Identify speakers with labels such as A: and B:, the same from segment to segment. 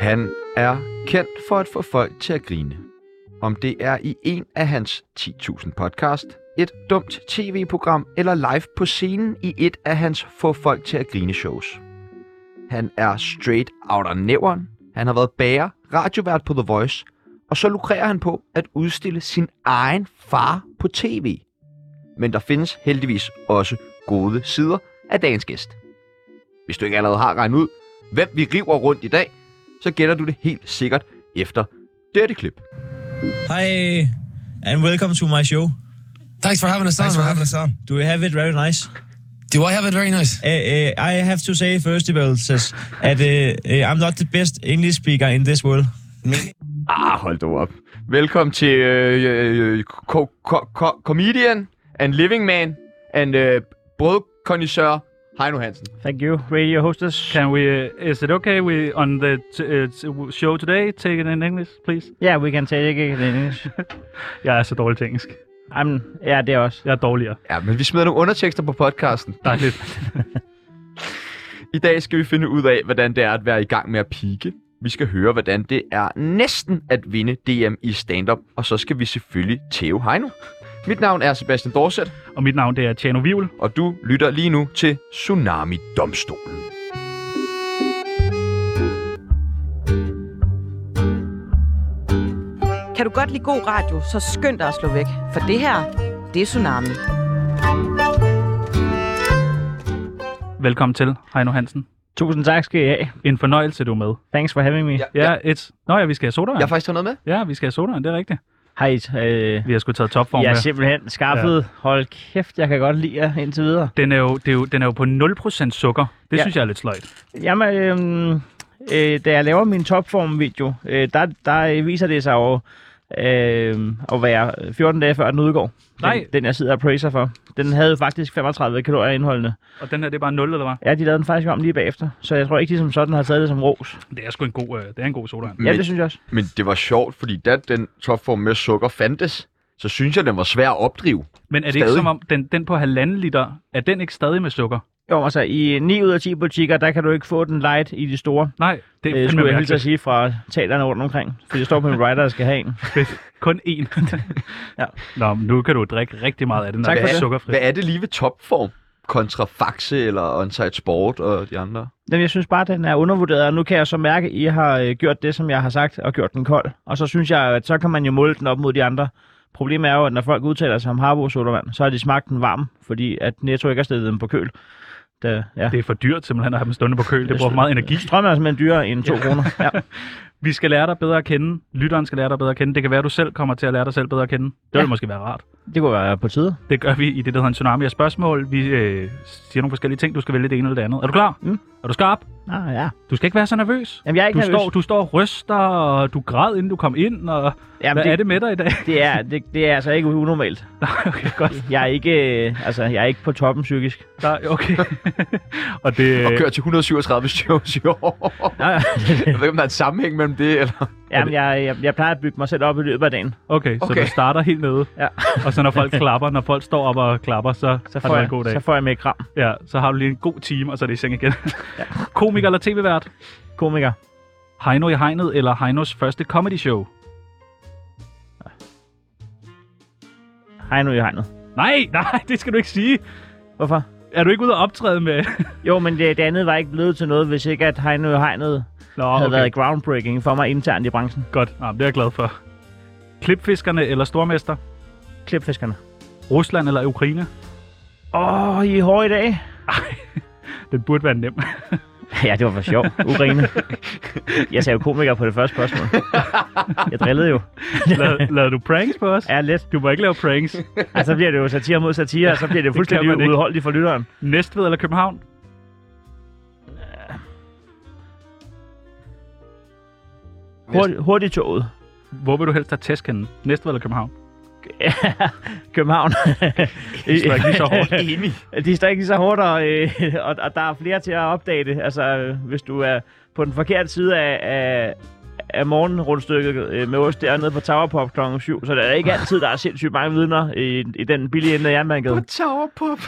A: Han er kendt for at få folk til at grine. Om det er i en af hans 10.000 podcast, et dumt tv-program eller live på scenen i et af hans få folk til at grine shows. Han er straight out af næveren. Han har været bager, radiovært på The Voice, og så lukrerer han på at udstille sin egen far på tv. Men der findes heldigvis også gode sider af dagens gæst. Hvis du ikke allerede har regnet ud, hvem vi river rundt i dag, så gætter du det helt sikkert efter dette klip.
B: Hi, and welcome to my show.
C: Thanks for having us on.
B: Thanks for
C: man.
B: having us Do you have it very nice?
C: Do I have it very nice?
B: Uh, uh, I have to say, first of all, says that uh, uh, I'm not the best English speaker in this world.
A: Ah, hold da op. Velkommen til øh, øh, øh, ko- ko- ko- comedian and living man and øh, brødkondisør Heino Hansen.
D: Thank you, radio hostess.
E: Can we? Uh, is it okay? We on the t- uh, t- w- show today? Take it in English, please.
D: Yeah, we can take it in English.
E: Jeg er så dårlig til engelsk.
D: I'm, ja, det er også.
E: Jeg er dårligere.
A: Ja, men vi smider nogle undertekster på podcasten.
E: Dejligt.
A: I dag skal vi finde ud af, hvordan det er at være i gang med at pike. Vi skal høre, hvordan det er næsten at vinde DM i stand-up. Og så skal vi selvfølgelig tæve Heino. Mit navn er Sebastian Dorset,
E: Og mit navn det er Tjano Vivl.
A: og du lytter lige nu til Tsunami Domstolen.
F: Kan du godt lide god radio, så skynd dig at slå væk. For det her, det er Tsunami.
E: Velkommen til, Heino Hansen.
D: Tusind tak skal I have.
E: En fornøjelse, du er med.
D: Thanks for having me.
A: Ja.
D: Ja.
E: Ja, yeah, it's... Nå ja, vi skal have sodavand.
A: Jeg har faktisk taget noget med.
E: Ja, vi skal have sodavand, det er rigtigt.
D: Hej, øh,
E: Vi har sgu taget topform
D: jeg er
E: med.
D: simpelthen skaffet. Ja. Hold kæft, jeg kan godt lide jer indtil videre.
E: Den er, jo, det er jo, den er jo på 0% sukker. Det ja.
D: Ja.
E: synes jeg er lidt sløjt.
D: Jamen, øh, øh, da jeg laver min topform-video, øh, der, der øh, viser det sig jo øh, at være 14 dage før den udgår.
E: Nej.
D: Den, den jeg sidder og praiser for. Den havde jo faktisk 35 kalorier indholdende.
E: Og den her, det er bare 0, eller hvad?
D: Ja, de lavede den faktisk om lige bagefter. Så jeg tror ikke, de som sådan har taget det som ros.
E: Det er sgu en god, øh, det er en god sodavand.
D: Ja,
A: Men-
D: det synes jeg også.
A: Men det var sjovt, fordi da den topform med sukker fandtes, så synes jeg, den var svær at opdrive.
E: Men er det ikke
A: Stadig.
E: som om, den, den på halvanden liter, er den ikke stadig med sukker?
D: Jo, altså i 9 ud af 10 butikker, der kan du ikke få den light i de store.
E: Nej, det er
D: Det øh,
E: fandme
D: skulle jeg hilse at
E: mærkeligt.
D: sige fra talerne rundt omkring. For det står på min rider, der skal have en.
E: Kun én.
D: Ja.
E: Nå, men nu kan du drikke rigtig meget af den, når
D: Tak
E: det
D: for
E: er
D: det.
E: sukkerfri.
A: Hvad er det lige ved topform kontra Faxe eller Onsite Sport og de andre?
D: Men jeg synes bare, den er undervurderet, og nu kan jeg så mærke, at I har øh, gjort det, som jeg har sagt, og gjort den kold. Og så synes jeg, at så kan man jo måle den op mod de andre. Problemet er jo, at når folk udtaler sig om Harbo sodavand, så har de smagt den varm, fordi at Netto ikke har stillet den på køl. Da, ja.
E: Det er for dyrt simpelthen at have dem stående på køl. Det bruger for meget energi.
D: Strøm er simpelthen dyrere end 2 kroner. Ja.
E: Vi skal lære dig bedre at kende. Lytteren skal lære dig bedre at kende. Det kan være, at du selv kommer til at lære dig selv bedre at kende. Det ville
D: Ja.
E: måske være rart.
D: Det kunne være på tide.
E: Det gør vi i det, der hedder en tsunami af spørgsmål. Vi øh, siger nogle forskellige ting. Du skal vælge det ene eller det andet. Er du klar?
D: Mm.
E: Er du skarp?
D: Ah, ja.
E: Du skal ikke være så nervøs.
D: Jamen, jeg er ikke
E: Du
D: nervøs.
E: står, du står og ryster, og du græd, inden du kom ind. Og
D: Jamen,
E: hvad
D: det,
E: er det med dig i dag?
D: Det er, det, det er altså ikke unormalt.
E: okay, godt.
D: Jeg er ikke, øh, altså, jeg er ikke på toppen psykisk.
E: Der, okay. og det,
A: Og
D: Øh.
A: kører til 137 shows i år.
D: Nej,
A: Jeg ved ikke, om der er en sammenhæng mellem det, eller...
D: jamen, jeg, jeg, jeg plejer at bygge mig selv op i løbet af dagen.
E: Okay, så
A: Okay.
E: du starter helt nede.
D: Ja.
E: Og så når folk klapper, når folk står op og klapper, så,
D: Så
E: har du
D: får, jeg,
E: en god dag.
D: så får jeg med kram.
E: Ja, så har du lige en god time, og så er det i seng igen. Komiker eller tv-vært?
D: Komiker.
E: Heino i hegnet eller Heinos første comedy show?
D: Hej nu i hegnet.
E: Nej, nej, det skal du ikke sige.
D: Hvorfor?
E: Er du ikke ude at optræde med...
D: Jo, men det, det andet var ikke blevet til noget, hvis ikke at Hej nu i hegnet
E: Nå,
D: havde
E: okay,
D: været groundbreaking for mig internt i branchen.
E: godt. Nå, men det er jeg glad for. Klipfiskerne eller stormester?
D: Klipfiskerne.
E: Rusland eller Ukraine?
D: Åh, oh, I er hårde i dag.
E: Den burde være nem.
D: Ja, det var for sjov. Urene. Jeg sagde jo komiker på det første spørgsmål. Jeg drillede jo.
E: Lad, lavede du pranks på os?
D: Ja, lidt.
E: Du må ikke lave pranks.
D: Altså, så bliver det jo satire mod satire, og så bliver det fuldstændig
E: man ikke.
D: udholdeligt for lytteren.
E: Næstved eller København?
D: Hurtigt, hurtigt toget.
E: Hvor vil du helst have tæsk henne? Næstved eller København?
D: København.
E: Det er ikke lige så hårdt.
A: Enig.
D: De står ikke lige så hårdt, og, øh, og, og der er flere til at opdage det. Altså, øh, hvis du er på den forkerte side af, af, af morgenrundstykket øh, med os dernede på Tower Pop kl. 7, så det er ikke altid, der er sindssygt mange vidner i, i den billige ende af jernbanegade.
A: Towerpop.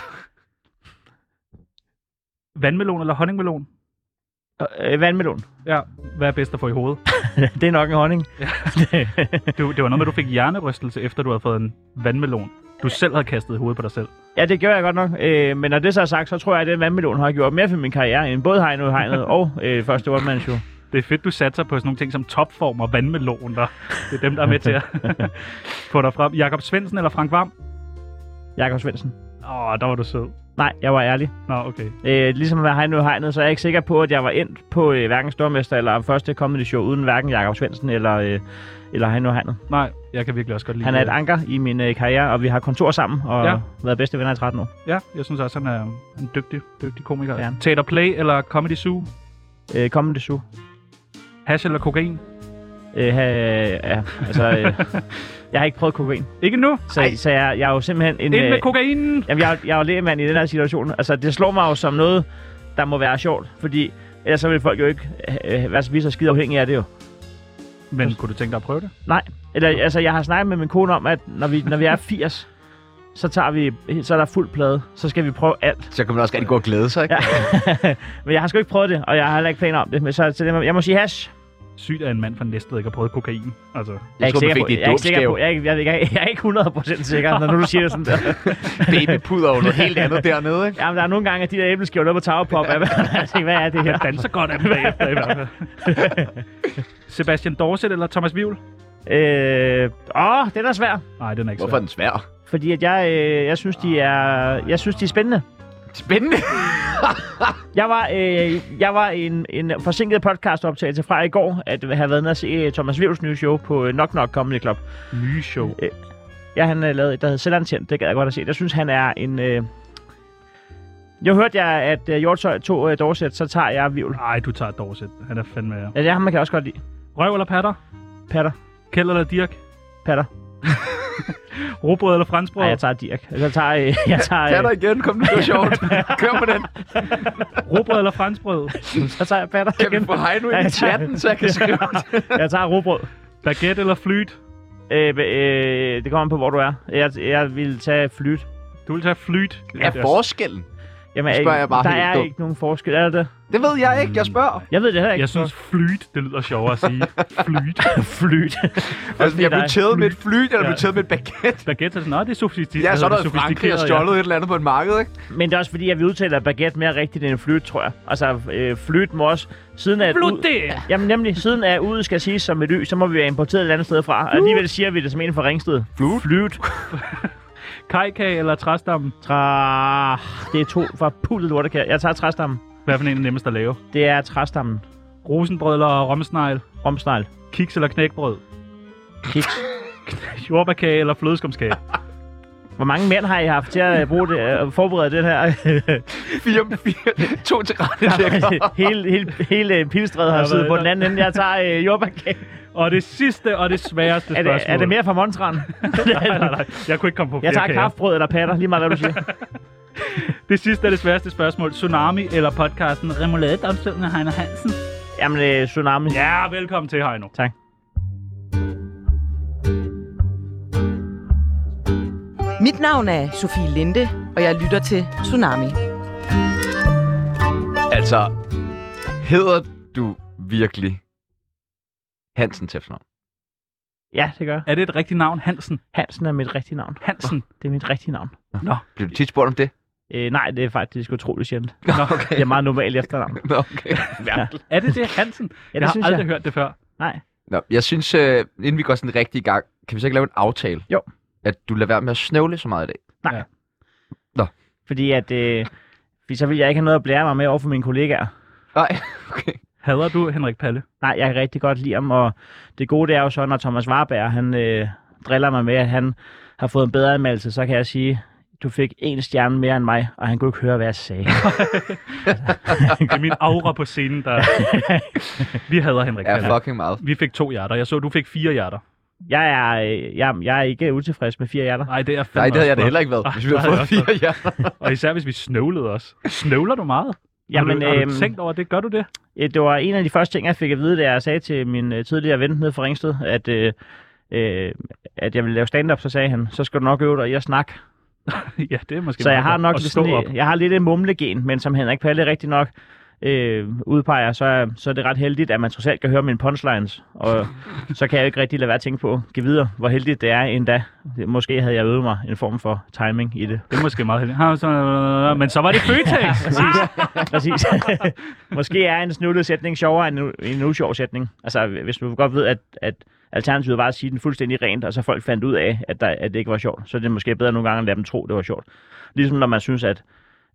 E: Vandmelon eller honningmelon?
D: Øh, vandmelon.
E: Ja, hvad er bedst at få i hovedet?
D: det er nok en honning.
E: Du, det var noget med, at du fik hjernerystelse, efter du havde fået en vandmelon. Du selv havde kastet i hovedet på dig selv.
D: Ja, det gjorde jeg godt nok. Øh, men når det så er sagt, så tror jeg, at den vandmelon har gjort mere for min karriere, end både Heino i Hegnet og øh, første One Man Show.
E: Det er fedt, du satser på sådan nogle ting som topform og vandmelon. Der. Det er dem, der er med til at få dig frem. Jakob Svendsen eller Frank Vam?
D: Jakob Svendsen.
E: Åh, oh, der var du sød.
D: Nej, jeg var ærlig.
E: Nå, okay.
D: Øh, ligesom med Heino i Hegnet, så er jeg ikke sikker på, at jeg var endt på øh, hverken Stormester eller første comedy show uden hverken Jakob Svendsen eller, øh, eller Heino i Hegnet.
E: Nej, jeg kan virkelig også godt lide
D: Han er et anker i min øh, karriere, og vi har kontor sammen og
E: Ja.
D: ja. været bedste venner i 13 år.
E: Ja, jeg synes også, han er en dygtig, dygtig komiker.
D: Ja.
E: Ja. Teater Play eller Comedy Zoo?
D: Øh, kommende su.
E: Hash eller kokain?
D: Øh, ha, ja, altså, øh, jeg har ikke prøvet kokain,
E: Ikke nu!
D: så, så jeg, jeg er jo simpelthen en...
E: Ind med
D: øh,
E: kokainen!
D: Jamen, jeg, er jo- jeg er jo lægemand i den her situation. Altså, det slår mig jo som noget, der må være sjovt, fordi ellers så vil folk jo ikke øh, være så vise og skide afhængige af det jo.
E: Men kunne du tænke dig at prøve det?
D: Nej. Eller, altså, jeg har snakket med min kone om, at når vi, når vi er 80, så, tager vi, så er der fuld plade. Så skal vi prøve alt.
A: Så kan man også rigtig gå og glæde sig, ikke? Ja.
D: Men jeg har sgu ikke prøvet det, og jeg har heller ikke planer om det. Men så, så det, må- jeg må sige hash.
E: Sygt at en mand fra Næstved ikke har prøvet kokain. Altså,
D: Jeg er ikke
A: tror, du
D: sikker
A: fik
D: på,
A: dit
D: jeg er ikke sikker
A: dåbsgave.
D: på, jeg er ikke, jeg, er ikke- jeg, er ikke 100% sikker, når nu du siger det sådan der.
A: Babypuder og noget helt andet dernede, ikke?
D: Jamen, der er nogle gange, at de der æbleskiver nede på Towerpop, jeg, jeg tænker, hvad er det her?
E: jeg danser godt af dem bagefter i hvert fald. Sebastian Dorset eller Thomas Vivl?
D: Øh, åh, den er svær.
E: Nej, den er ikke
A: Hvorfor er den svær?
D: Fordi at jeg, øh, jeg, synes, de er, jeg synes, de er spændende.
A: Spændende.
D: Jeg var, øh, jeg var i en, en forsinket podcastoptagelse fra i går, at have været nede og se øh, Thomas Vivls nye show på øh, Knock Knock Comedy Club.
E: svær. Nye show.
D: Ja, han øh, lavede et, der hedder Selvantjent. Det gad jeg godt at se. Jeg synes, han er en... Øh... Jeg hørte jeg, at øh, Hjortøj tog øh, Dorset, så tager jeg Vivl.
E: Nej, du tager Dorset. Han er fandme...
D: Ja, det er ham, man kan også godt lide.
E: Røv eller patter?
D: Patter.
E: Kjeld eller Dirk?
D: Patter.
E: Rugbrød eller fransbrød?
D: Nej, jeg tager Dirk. Jeg tager... Øh, jeg tager,
A: Patter
D: øh,
A: igen. Kom nu, det var sjovt. Kør på den.
E: Rugbrød eller fransbrød?
D: så tager jeg patter
A: Kan vi
D: igen.
A: få Heino ind i chatten, så jeg kan skrive det?
D: Jeg tager robrød.
E: Baguette eller flyt?
D: Øh, øh, det kommer an på, hvor du er. Jeg, jeg vil tage flyt.
E: Du vil tage flyt.
A: Er forskellen?
D: Jamen,
A: Nu spørger
D: ikke-
A: jeg bare
D: der
A: helt
D: er
A: dumt.
D: ikke nogen forskel, er der det?
A: Det ved jeg ikke. Jeg spørger.
D: Jeg ved det heller ikke.
E: Jeg synes, flyt, det lyder sjovere at sige. flyt.
D: flyt.
A: Altså, jeg
D: der
A: blev
D: er
A: tædet med et fly, eller
E: Ja.
A: blev tædet med et baguette.
E: Baguette er sådan, nej, det er sofistikeret.
A: Ja, så er der i Frankrig og stjålet et eller andet på et marked, ikke?
D: Men det er også fordi, at vi udtaler baguette mere rigtigt end flyt, tror jeg. Altså, øh, flyt må også... Siden af
E: Flytte!
D: Jamen nemlig, siden af ude skal siges som et y, så må vi være importeret et andet sted fra. Og
E: Uh.
D: alligevel siger vi det som en fra Ringsted.
A: Flut.
D: Flyt.
E: Kajkage eller træstamme?
D: Tra... Det er to fra pullet lortekær. Jeg tager træstammen.
E: Hvad for en er nemmest at lave?
D: Det er træstammen.
E: Rosenbrød eller romsnegl?
D: Romsnegl.
E: Kiks eller knækbrød?
D: Kiks.
E: Jordbærkage eller flødeskumskage?
D: Hvor mange mænd har I haft til at øh, bruge det, øh, forberede den her?
A: Fire, fire, to til rette.
D: hele hele, hele øh, pilstrædet har
E: Jeg
D: siddet
E: ved
D: på
E: det.
D: den anden ende. Jeg tager øh, jordbærkage.
E: og det sidste og det sværeste
D: Er det,
E: spørgsmål.
D: er det mere fra Montran?
E: Nej, nej, nej. Jeg kunne ikke komme på flere
D: Jeg tager
E: kager.
D: kaffebrød eller patter, lige meget hvad du siger.
E: Det sidste og det sværeste spørgsmål. Tsunami eller podcasten Remouladedomstolen af Heiner Hansen?
D: Jamen, øh, tsunami.
E: Ja, velkommen til, Heino.
D: Tak.
F: Mit navn er Sofie Linde, og jeg lytter til Tsunami.
A: Altså, hedder du virkelig Hansen til efternavn?
D: Ja, det gør jeg.
E: Er det et rigtigt navn? Hansen.
D: Hansen er mit rigtige navn.
E: Hansen.
D: Det er mit rigtige navn.
A: Bliver du tit spurgt om det?
D: Øh, nej, det er faktisk utroligt sjældent.
A: Nå, okay.
D: Det er meget normalt efternavn.
A: Nå, okay.
E: Er det det, Hansen?
D: Ja, det
E: jeg har
D: synes
E: aldrig
D: jeg.
E: hørt det før.
D: Nej.
A: Nå, jeg synes, øh, inden vi går sådan rigtig i gang, kan vi så ikke lave en aftale?
D: Jo.
A: At du lader være med at snøvle så meget i dag.
D: Fordi at... Øh, fordi så vil jeg ikke have noget at blære mig med over for mine kollegaer.
A: Nej, okay.
E: Hader du Henrik Palle?
D: Nej, jeg kan rigtig godt lide ham, og det gode det er jo så, når Thomas Warberg, han øh, driller mig med, at han har fået en bedre anmeldelse, så kan jeg sige, du fik en stjerne mere end mig, og han kunne ikke høre, hvad jeg sagde.
E: Det er min aura på scenen, der... Vi hader Henrik
A: Ja,
E: Palle.
A: fucking meget.
E: Vi fik to hjerter. Jeg så, du fik fire hjerter.
D: Jeg er, øh, jeg, jeg er ikke utilfreds med fire hjerter.
E: Nej, det er fandme
A: Ah, Nej, det havde jeg da
E: også
A: heller ikke været,
E: Nej,
A: hvis vi havde
E: det havde
A: fået
E: jeg også
A: fire hjerter.
E: flot. Og især, hvis vi snøvlede os. Snøvler du meget? Jamen, har du, har
D: øhm,
E: du tænkt over det? Gør du det?
D: Øh, Det var en af de første ting, jeg fik at vide, da jeg sagde til min øh, tidligere ven nede fra Ringsted, at, øh, øh, at jeg ville lave stand-up, så sagde han, så skal du nok øve dig i at snakke.
E: ja, det er måske
D: Så jeg
E: meget
D: har
E: godt.
D: nok
E: At
D: lidt
E: stå
D: sådan,
E: op.
D: øh, jeg har lidt en mumlegen, men som Henrik Palle rigtig nok øh, udpeger, så, er- så er det ret heldigt, at man trods alt kan høre mine punchlines, og så kan jeg jo ikke rigtig lade være at tænke på, giv videre, hvor heldigt det er endda. Måske havde jeg øvet mig en form for timing i det.
E: Det er måske meget heldigt. Ha, så- Men så var det Føtex. Ah!
D: Præcis. Måske er en snullet sætning sjovere end en u- en usjov sætning. Altså, hvis du godt ved, at, at alternativet var at sige den fuldstændig rent, og så folk fandt ud af, at, der, at det ikke var sjovt, så er det måske bedre nogle gange at lade dem tro, det var sjovt. Ligesom når man synes, at,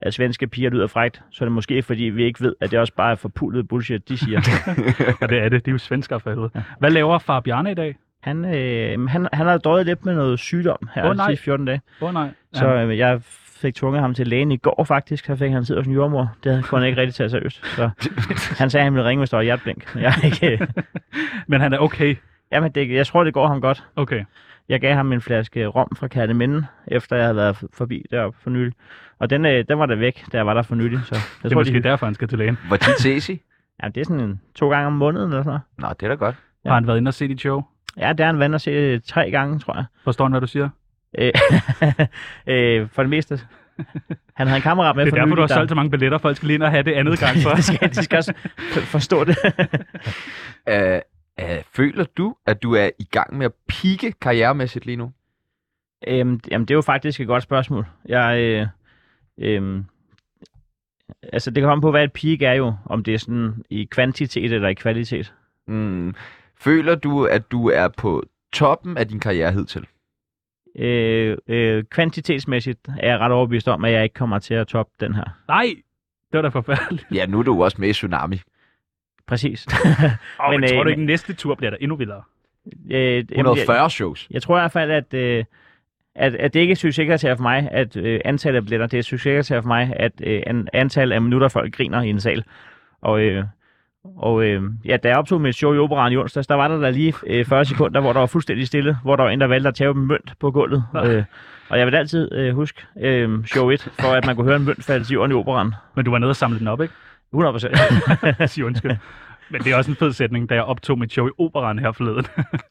D: at svenske piger lyder frægt, så er det måske fordi, vi ikke ved, at det også bare er forpullet bullshit, de siger.
E: ja, det er det. De er jo svenskere for helvede. Hvad laver Fabiane i dag?
D: Han, øh, han, han har døjet lidt med noget sygdom her
E: Åh,
D: oh, de
E: nej.
D: sidste 14 dage.
E: Åh oh, nej.
D: Så øh, jeg fik tvunget ham til lægen i går faktisk, så fik han tid hos en jordmor. Det havde kunne han ikke rigtig tage seriøst. Så han sagde, at han ville ringe, hvis der var hjerteblink. Men Jeg, er ikke, øh,
E: Men han er okay.
D: jamen, det, jeg tror, det går ham godt.
E: Okay.
D: Jeg gav ham en flaske rom fra Kærteminde, efter jeg havde været forbi deroppe for nylig. Og den, øh, den var der væk, da jeg var der for nylig. Så jeg
E: Det er
D: tror,
E: måske
D: de,
E: derfor, han skal til lægen.
A: Hvor tit ses I?
D: jamen, det er sådan en, to gange om måneden eller sådan noget.
A: Nå, det er da godt.
D: Ja.
E: Har han været inde og se dit show?
D: Ja, der er en vand at se øh, tre gange, tror jeg.
E: Forstår han, hvad du siger?
D: Øh, øh, for det meste. Han havde en kammerat med
E: Det er
D: for
E: derfor,
D: nylig,
E: du har
D: der-
E: solgt så mange billetter. Folk skal lige ind og have det andet gang for.
D: de, skal, de skal også forstå det.
A: Øh, øh, føler du, at du er i gang med at pike karrieremæssigt lige nu?
D: Øhm, d- jamen, det er jo faktisk et godt spørgsmål. Jeg, øh, øhm, altså, det kommer an på, hvad et peak er jo. Om det er sådan i kvantitet eller i kvalitet.
A: Mm. Føler du, at du er på toppen af din karriere hidtil?
D: Øh, øh, kvantitetsmæssigt er jeg ret overbevist om, at jeg ikke kommer til at toppe den her.
E: Nej, det var da forfærdeligt.
A: Ja, nu er du jo også med i Tsunami.
D: Præcis.
E: Oh,
D: Men,
E: men, men tror
D: øh,
E: du ikke, næste tur bliver der endnu vildere?
D: øh, jamen, jeg,
A: 140 shows.
D: jeg tror i hvert fald, at, øh, at, at det ikke er succeskriterie for mig, at øh, antallet af billetter, det er succeskriterie for mig, at øh, an, antallet af minutter, folk griner i en sal. Og, øh, og øh, ja, da jeg optog mit show i Operan i onsdags, der var der da lige øh, 40 sekunder, hvor der var fuldstændig stille, hvor der var en, der valgte at tage en mønt på gulvet. Øh, og jeg vil altid øh, huske øh, show 1, for at man kunne høre en mønt falde til jorden i operan.
E: Men du var nede og samle den op, ikke?
D: 100 procent.
E: Sig undskyld. Men det er også en fed sætning, da jeg optog mit show i operan her forleden.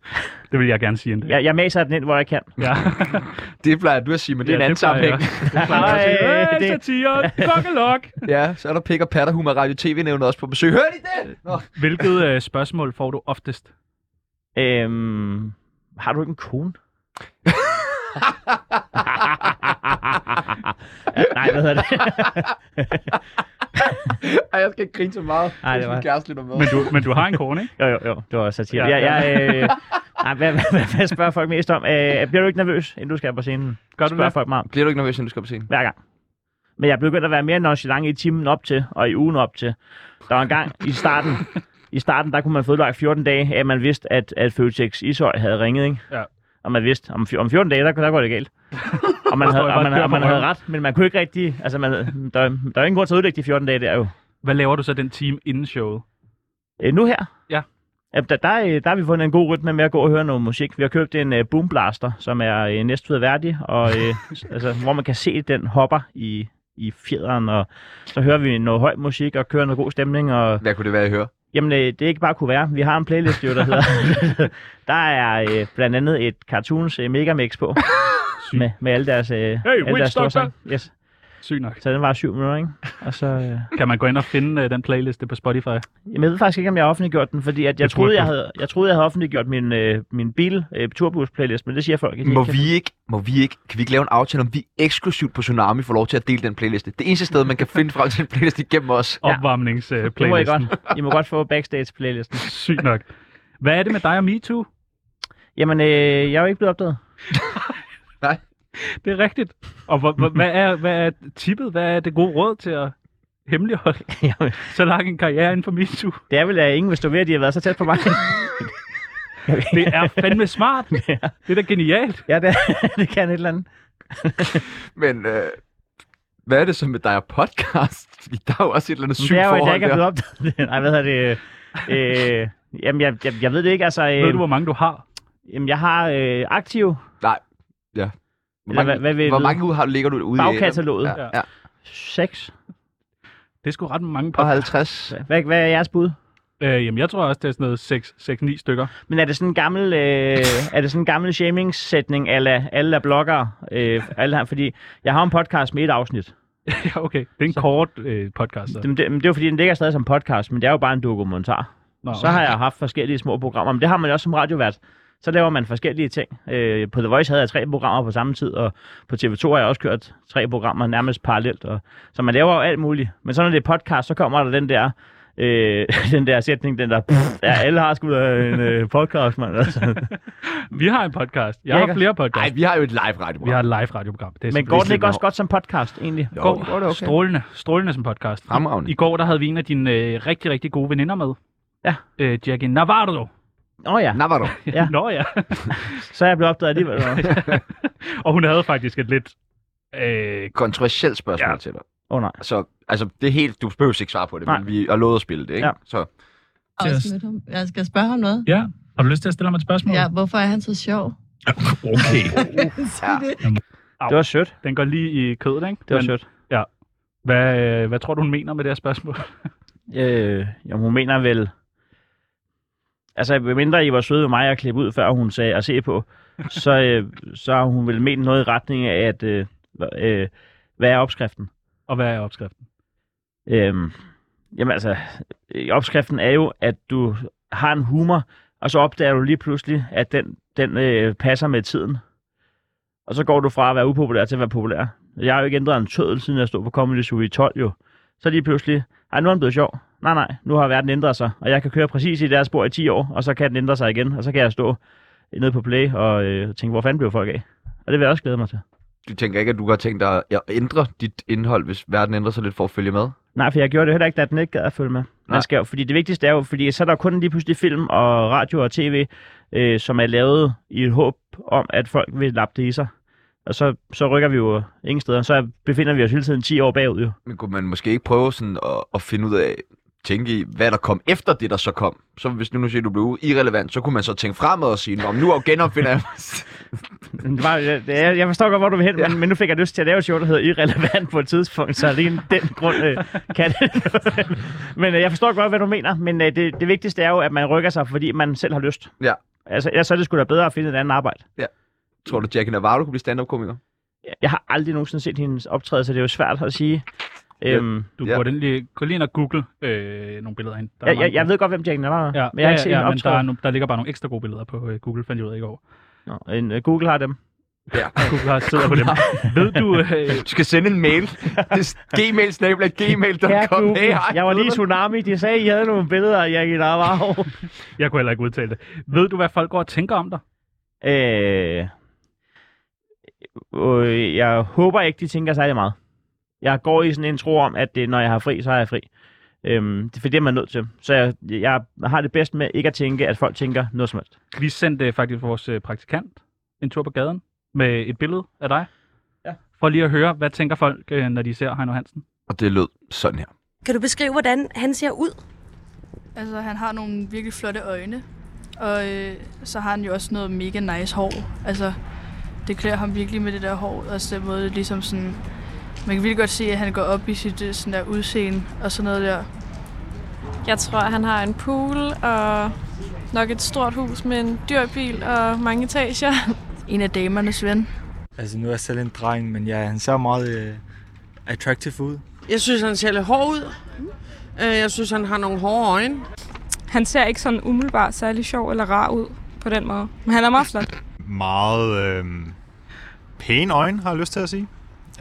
E: det vil jeg gerne sige en dag.
D: Jeg, jeg maser den ind, hvor jeg kan.
E: Ja.
A: Det plejer du at sige, men det er en anden sammenhæng.
E: Nej,
D: Ej,
E: det
D: det-
E: er satire. Kokkelok.
A: Ja, så er der pikker patter, humor, radio, tv-nævnet også på besøg. Hør I det? Nå.
E: Hvilket øh, spørgsmål får du oftest?
D: Øhm, har du ikke en kone? ja, nej, hvad hedder det?
A: Ej, jeg skal ikke grine så meget.
D: Ej, det var-
A: kæreste lytter med.
E: Men du, men du har en kone, ikke?
D: Jo, jo, jo, det var satire.
E: Ja,
D: Ja, ja. Jeg, øh, nej, hvad, hvad, hvad, hvad spørger folk mest om? Øh, bliver du ikke nervøs, inden du skal på scenen?
E: Gør du
D: Spørger
E: det?
D: folk mig om
A: Bliver du ikke nervøs, når du skal på scenen?
D: hver gang. Men jeg er begyndt at være mere nonchalant i timen op til, og i ugen op til. Der var en gang i starten, i starten der kunne man fodløje 14 dage, af at man vidste, at, at Føtex Ishøj havde ringet, ikke?
E: Ja.
D: Og man vidste, om, fj- om 14 dage, der, der går det galt. Og man, havde,
E: jeg
D: og
E: bare
D: man, og
E: kører
D: man
E: på
D: havde
E: røven.
D: ret, men man kunne ikke rigtig... Altså, man, der, der er jo ingen grund til at udlægge de 14 dage der jo.
E: Hvad laver du så den time inden showet?
D: Øh, nu her?
E: Ja.
D: Ja, der, der, er- der har vi fundet en god rytme med at gå og høre noget musik. Vi har købt en uh, boomblaster, som er uh, næstved værdig, og, uh, altså, hvor man kan se, den hopper i, i fjederen, og så hører vi noget høj musik og kører noget god stemning. Og,
A: Hvad kunne det være, jeg hører?
D: jamen, uh, det er ikke bare kunne være. Vi har en playlist, jo, der hedder... der er uh, blandt andet et cartoons uh, megamix på, med, med alle deres... Uh, hey, alle
E: Witch
D: deres store
E: Doctor!
D: sange. Yes.
E: Syg nok.
D: Så den var syv minutter, ikke? Og så... Uh,
E: Kan man gå ind og finde øh, den playliste på Spotify?
D: Jamen, jeg ved faktisk ikke, om jeg har offentliggjort den, fordi at jeg,
E: Det burde
D: troede, jeg,
E: du.
D: havde, jeg troede, jeg havde offentliggjort min, øh, min bil øh, turbus playlist, men det siger folk ikke.
A: Må
D: Kan-
A: vi ikke, må vi ikke, kan vi ikke lave en aftale, om vi eksklusivt på Tsunami får lov til at dele den playliste? Det eneste sted, man kan finde frem til en playlist igennem os.
D: Ja. Det må I
E: Opvarmningsplaylisten.
D: godt. I må godt få backstage playlisten.
E: øh, Syg nok. Hvad er det med dig og MeToo?
D: Jamen, øh, jeg er jo ikke blevet opdaget.
E: Det er rigtigt. Og hvor, hvor, hvad, er, hvad er tippet? Hvad er det gode råd til at hemmeligholde
D: Jamen,
E: så lang en karriere inden for MeToo?
D: det er vel, at ingen vil stå ved, at de har været så tæt på mig.
E: Det er fandme smart. Det er da genialt.
D: ja, det, det kan et eller andet.
A: Men øh, hvad er det så med dig og podcast? Fordi der er jo også et eller andet
D: Men
A: sygt
D: det er jo, at jeg
A: forhold
D: ikke er
A: der.
D: blevet opdaget. Nej, hvad hedder det? Øh, jamen, jeg, jeg, jeg ved det ikke. Altså, øh,
E: Ved du, hvor mange du har?
D: jamen, jeg har øh, aktiv
A: Hvor
D: eller
A: mange,
D: hvad- hvad vil I
A: hvor
D: vide?
A: mange ude har, ligger du ude i?
D: Bagkataloget.
A: Ja, ja.
D: sex.
E: Det er sgu ret mange
A: og
E: par.
A: 50.
D: Hvad, hvad er jeres bud?
E: Øh, jamen, jeg tror også, det er sådan noget 6-9 stykker.
D: Men er det sådan en gammel, øh, er det sådan en gammel shaming-sætning, alle, alle er bloggere? Øh, alle, har- fordi jeg har en podcast med et afsnit.
E: ja, okay. Det er en kort øh, podcast. Så.
D: Det, det, men det er jo fordi, den ligger stadig som podcast, men det er jo bare en dokumentar.
E: Nå,
D: Så har jeg haft forskellige små programmer, men det har man jo også som radiovært. Så laver man forskellige ting. Øh, på The Voice havde jeg tre programmer på samme tid, og på TV2 har jeg også kørt tre programmer nærmest parallelt. Og, så man laver jo alt muligt. Men så når det er podcast, så kommer der den der, øh, den der sætning, den der, pff, ja, alle har sgu da en øh, podcast, mand. Altså.
E: Vi har en podcast. Jeg
D: Ikke?
E: har flere podcasts.
A: Nej, vi har jo et live
E: Vi
A: radioprogram.
E: har et live radioprogram. Det er
D: Men
E: selvfølgelig
D: går den ikke
E: slet-
D: også godt som podcast, egentlig?
A: Jo,
E: går,
A: går det okay.
E: Strålende. Strålende som podcast.
A: Fremragende.
E: I går der havde vi en af dine øh, rigtig, rigtig gode veninder med.
D: Ja.
E: Øh, Jackie Navarro.
D: Åh oh, ja,
A: Navarro.
D: Ja.
E: Nå ja.
D: så er jeg blevet opdaget alligevel. eller hvad?
E: Og hun havde faktisk et lidt... Øh,
A: Kontroversielt spørgsmål
E: Ja.
A: til dig.
D: Åh oh, nej.
A: Så, altså, det er helt, du behøver ikke svare på det,
D: Nej.
A: men vi har lovet at spille det, ikke?
D: Ja.
A: Så
G: Og jeg skal, møde ham. jeg skal spørge ham noget.
E: ja. Har du lyst til at stille ham et spørgsmål?
G: Ja, hvorfor er han så sjov?
E: Okay.
G: Sig det.
D: Det var sødt.
E: Den går lige i kødet, ikke?
D: Det var
E: Men
D: sødt.
E: Hvad, øh, hvad tror du, hun mener med det her spørgsmål?
D: Øh, jo, hun mener vel... Altså, mindre I var søde ved mig at klippe ud, før hun sagde at se på, så, øh, så har hun vel ment noget i retning af, at øh, hva- øh, hvad er opskriften?
E: Og hvad er opskriften?
D: Øhm, jamen altså, øh, opskriften er jo, at du har en humor, og så opdager du lige pludselig, at den, den øh, passer med tiden. Og så går du fra at være upopulær til at være populær. Jeg har jo ikke ændret en tødel, siden jeg stod på Comedy Zoo i 12 jo. Så lige pludselig, ej nu er den blevet sjov. Nej, nej, nu har verden ændret sig, og jeg kan køre præcis i deres spor i 10 år, og så kan den ændre sig igen, og så kan jeg stå nede på play og øh, tænke, hvor fanden blev folk af? Og det vil jeg også glæde mig til.
A: du tænker ikke, at du har tænkt dig at ændre dit indhold, hvis verden ændrer sig lidt for at følge med?
D: Nej, for jeg gjorde det heller ikke, da den ikke gad at følge med.
A: Nej.
D: Man skal jo, fordi det vigtigste er jo, fordi så er der kun lige pludselig film og radio og tv, øh, som er lavet i et håb om, at folk vil lappe det i sig. Og så, så rykker vi jo ingen steder. Så befinder vi os hele tiden 10 år bagud jo.
A: Men kunne man måske ikke prøve sådan at, at finde ud af, tænke i, hvad der kom efter det, der så kom? Så hvis du nu siger, at du blev irrelevant, så kunne man så tænke fremad og sige, om nu genopfinder jeg
D: Men Det var, det, jeg, jeg forstår godt, hvor du vil hen, ja. men, men nu fik jeg lyst til at lave et show, der hedder Irrelevant på et tidspunkt, så alene af den grund øh, kan det. men øh, jeg forstår godt, hvad du mener, men øh, det, det vigtigste er jo, at man rykker sig, fordi man selv har lyst.
A: Ja.
D: Altså, ellers så er det sgu da bedre at finde et andet arbejde.
A: Tror du, Jackie Navarro kunne blive stand-up-komiker?
D: Jeg har aldrig nogensinde set hendes optræde, så det er jo svært at sige.
A: Ja.
D: Øhm,
E: Du
A: Ja.
E: ja. burde lige, gå lige ind og google øh, nogle billeder ind. Der er
D: jeg, jeg,
E: mange-
D: jeg ved godt, hvem Jack Navarro er,
E: Ja,
D: men jeg har ikke set
E: ja,
D: hende
E: ja, men der, er
D: optræde.
E: no, der ligger bare nogle ekstra gode billeder på øh, Google, fandt jeg ud af i går.
D: Nå, en, øh, Google har dem.
A: Ja.
E: Google har sidder på dem. Ved du, øh,
A: Du skal sende en mail. Det er gmail snabel
D: Kære
A: gmail.com.
D: Google,
A: Hey, hej.
D: jeg var lige i Tsunami, de sagde, I havde nogle billeder af Jack Navarro.
E: jeg kunne heller ikke udtale det. Ved du, hvad folk går og tænker om dig?
D: Øh, øh, jeg håber ikke, de tænker særlig meget. Jeg går i sådan en tro om, at det, når jeg har fri, så er jeg fri. Øhm, det, for det er man nødt til. Så jeg, jeg har det bedst med ikke at tænke, at folk tænker noget som helst.
E: Vi sendte øh, faktisk vores øh, praktikant en tur på gaden med et billede af dig.
D: Ja.
E: For lige at høre, hvad tænker folk, øh, når de ser Heino Hansen?
A: Og det lød sådan her.
H: Kan du beskrive, hvordan han ser ud?
I: Altså, han har nogle virkelig flotte øjne. Og øh, så har han jo også noget mega nice hår. Altså, det klæder ham virkelig med det der hår. Og så den måde, det ligesom sådan... Man kan virkelig godt se, at han går op i sit øh, sådan der udseende og sådan noget der.
J: Jeg tror, han har en pool og nok et stort hus med en dyr bil og mange etager.
I: En af damernes ven.
K: Altså, nu er jeg selv en dreng, men ja, han ser meget øh, attractive ud.
L: Jeg synes, han ser lidt hård ud. Øh, Jeg synes, han har nogle hårde øjne.
J: Han ser ikke sådan umiddelbart særlig sjov eller rar ud på den måde. Men han er meget flot.
K: Meget øh, pæne øjne, har jeg lyst til at sige.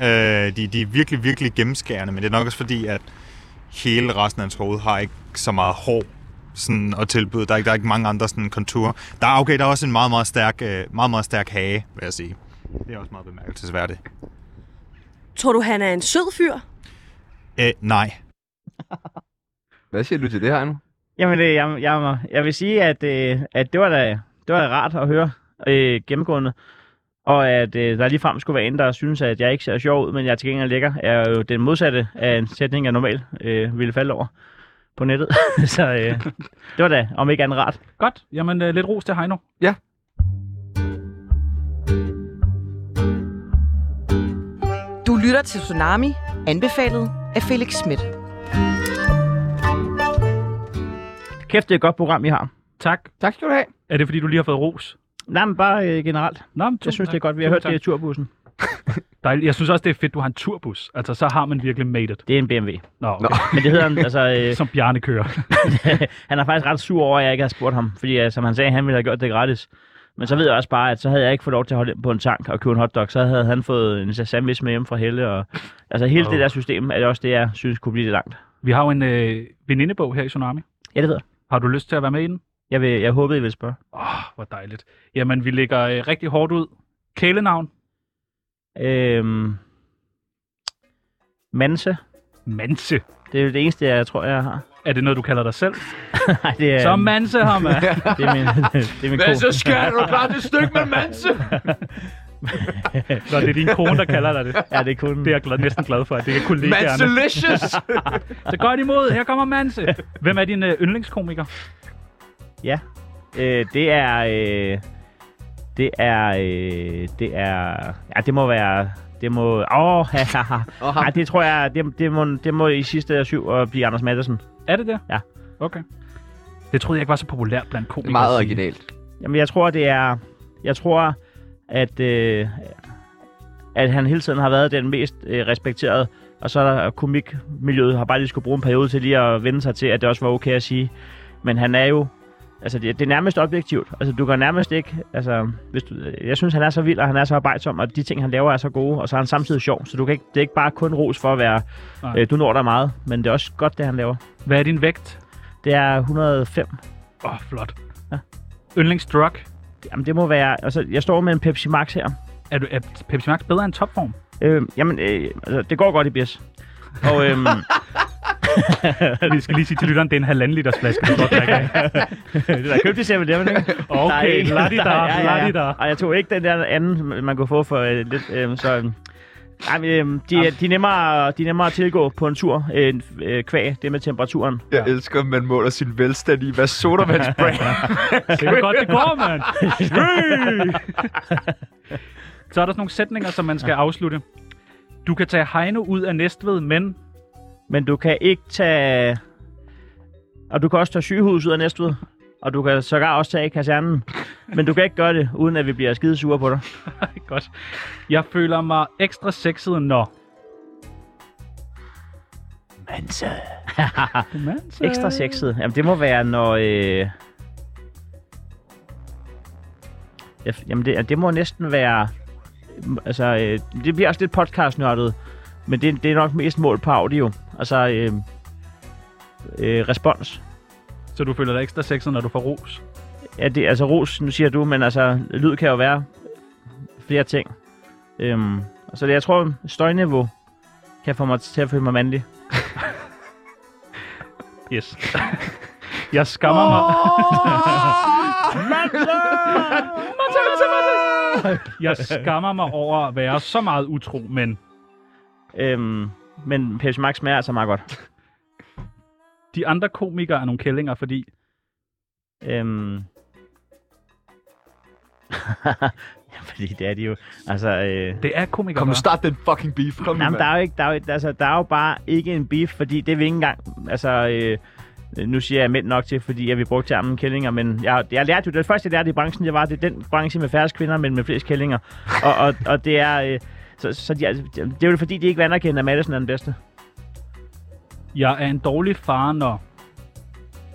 K: Øh, de, de er virkelig, virkelig gennemskærende, men det er nok også fordi, at hele resten af hans hoved har ikke så meget hår sådan, at tilbyde. Der er, ikke, der er ikke mange andre sådan, konturer. Der er, okay, der er også en meget, meget stærk, øh, meget, meget stærk hage, vil jeg sige. Det er også meget bemærkelsesværdigt.
H: Tror du, han er en sød fyr?
K: Øh, nej,
A: Hvad siger du til det her nu?
D: Jamen, øh, jeg, jeg, må- jeg vil sige, at, øh, at det, var da, det var da rart at høre øh, gennemgående. Og at øh, der ligefrem skulle være en, der synes, at jeg ikke ser sjov ud, men jeg er til gengæld lækker, er jo den modsatte af en sætning, jeg normalt øh, ville falde over på nettet. Så øh, det var da, om ikke andet, rart.
E: Godt. Jamen, øh, lidt ros til Heino.
F: Du lytter til Tsunami, anbefalet af Felix Schmidt.
D: Kæft, det er et godt program, I har.
E: Tak.
D: Tak skal du have.
E: Er det, fordi du lige har fået ros?
D: Nej, men bare øh, generelt.
E: Nå, men,
D: jeg synes, det er godt, vi har
E: Tusind
D: hørt
E: tak.
D: det i turbussen.
E: Dejligt. Jeg synes også, det er fedt, du har en turbus. Altså, så har man virkelig made it.
D: Det er en BMW.
E: Nå, okay.
D: Men det hedder han, altså... Øh,
E: Som Bjarne kører.
D: han er faktisk ret sur over, at jeg ikke har spurgt ham, fordi øh, som han sagde, han ville have gjort det gratis. Men så ved jeg også bare, at så havde jeg ikke fået lov til at holde ind på en tank og købe en hotdog. Så havde han fået en sandwich med hjem fra Helle. Og, altså hele
E: Åh.
D: det der system er det også det, jeg synes kunne blive lidt langt.
E: Vi har jo en øh, venindebog her i Tsunami.
D: Ja, det ved jeg.
E: Har du lyst til at være med i den?
D: Jeg, vil, jeg håbede, I ville spørge.
E: Åh, oh, hvor dejligt. Jamen, vi lægger øh, rigtig hårdt ud. Kælenavn?
D: Øhm, Manse.
E: Manse?
D: Det er det eneste, jeg tror, jeg har.
E: Er det noget, du kalder dig selv?
D: Nej, det er...
E: Så Manse, ham er.
D: det er min, det er min
E: Hvad
D: ko.
E: så, skat? Er du klar
M: til et stykke med manse?
E: Nå, det er din kone, der kalder dig det.
D: Ja, det er kun...
E: Det er jeg glad, næsten glad for, at det er kollegaerne.
M: Manselicious!
E: Så godt imod, her kommer Manse. Hvem er din øh, yndlingskomiker?
D: Ja. Øh, det er... Øh, det er... Øh, det er... Ja, det må være... Det må... Åh, oh, Nej, det tror jeg... Det, det, må, det må i sidste syv og blive Anders Maddelsen.
E: Er det det?
D: Ja.
E: Okay. Det troede jeg ikke var så populært blandt komikere.
D: Meget
E: at sige.
D: originalt. Jamen, jeg tror, det er... Jeg tror, at... Øh, at han hele tiden har været den mest øh, respekterede, og så er der komikmiljøet har bare lige skulle bruge en periode til lige at vende sig til, at det også var okay at sige. Men han er jo... Altså, det, det er nærmest objektivt. Altså, du kan nærmest ikke... Altså, hvis du, jeg synes, han er så vild, og han er så arbejdsom, og de ting, han laver, er så gode, og så er han samtidig sjov. Så du kan ikke, det er ikke bare kun ros for at være...
E: Nej.
D: Øh, du når dig meget, men det er også godt, det han laver.
E: Hvad er din vægt?
D: Det er 105.
E: Åh, oh, flot. Ja. Yndlingsdrug?
D: Jamen, det må være... Altså, jeg står med en Pepsi Max her.
E: Er, du, er Pepsi Max bedre end topform?
D: Øh, jamen, øh, altså, det går godt i BS. Og øhm,
E: Vi skal lige sige til lytteren, det er en halvanden liters flaske, du godt drikker af.
D: det der købte jeg med det, ikke?
E: Okay,
D: Der er ikke-
E: ladidar,
D: der er- ja, ja, ja.
E: ladidar.
D: Og jeg tog ikke den der anden, man kunne få for øh, lidt, øh, så... Øh, ej, men, øhm, de, er- de, er nemmere, de er nemmere at tilgå på en tur, øh, øh, kvæg, det med temperaturen.
M: Jeg elsker, at man måler sin velstand i, hvad sodavandsbrand
E: Se, hvor godt det går, mand. Hey! Så er der sådan nogle sætninger, som man skal afslutte. Du kan tage Heino ud af Næstved, men...
D: Men du kan ikke tage... Og du kan også tage sygehus ud af Næstved. Og du kan sågar også tage kasernen. Men du kan ikke gøre det, uden at vi bliver skide sure på dig.
E: godt. Jeg føler mig ekstra sexet, når...
D: Manse.
E: Manse.
D: Ekstra sexet. Jamen, det må være, når... Øh... Jeg f- Jamen, det, det må næsten være... Altså, øh, det bliver også lidt podcastnørdet. Men det, det er nok mest mål på audio. Altså, øh, øh, respons.
E: Så du føler dig ekstra sexet, når du får ros?
D: Ja, det, altså ros, nu siger du, men altså, lyd kan jo være flere ting. Øhm, så det, jeg tror, støjniveau kan få mig til at føle mig mandlig.
E: Yes. Jeg skammer mig... Jeg skammer mig over at være så meget utro, men...
D: Øhm, men Pepsi Max smager altså meget godt.
E: De andre komikere er nogle kællinger, fordi...
D: Øhm... ja, fordi det er de jo. Altså, øh...
E: Det er komikere.
M: Kom nu, start den fucking beef. Kom nu,
D: Jamen, der
M: mand.
D: er jo ikke, der er, jo- altså, der er jo bare ikke en beef, fordi det er vi ikke engang, altså, øh, nu siger jeg mænd nok til, fordi at vi brugte termen kællinger, men jeg, jeg lærte jo, det første jeg lærte i branchen, det var, at det er den branche med færrest kvinder, men med flest kællinger. Og, og, og det er, øh, så, så de, er- det er jo fordi, de ikke vil anerkende, at Madison er den bedste,
E: Jeg er en dårlig far, når...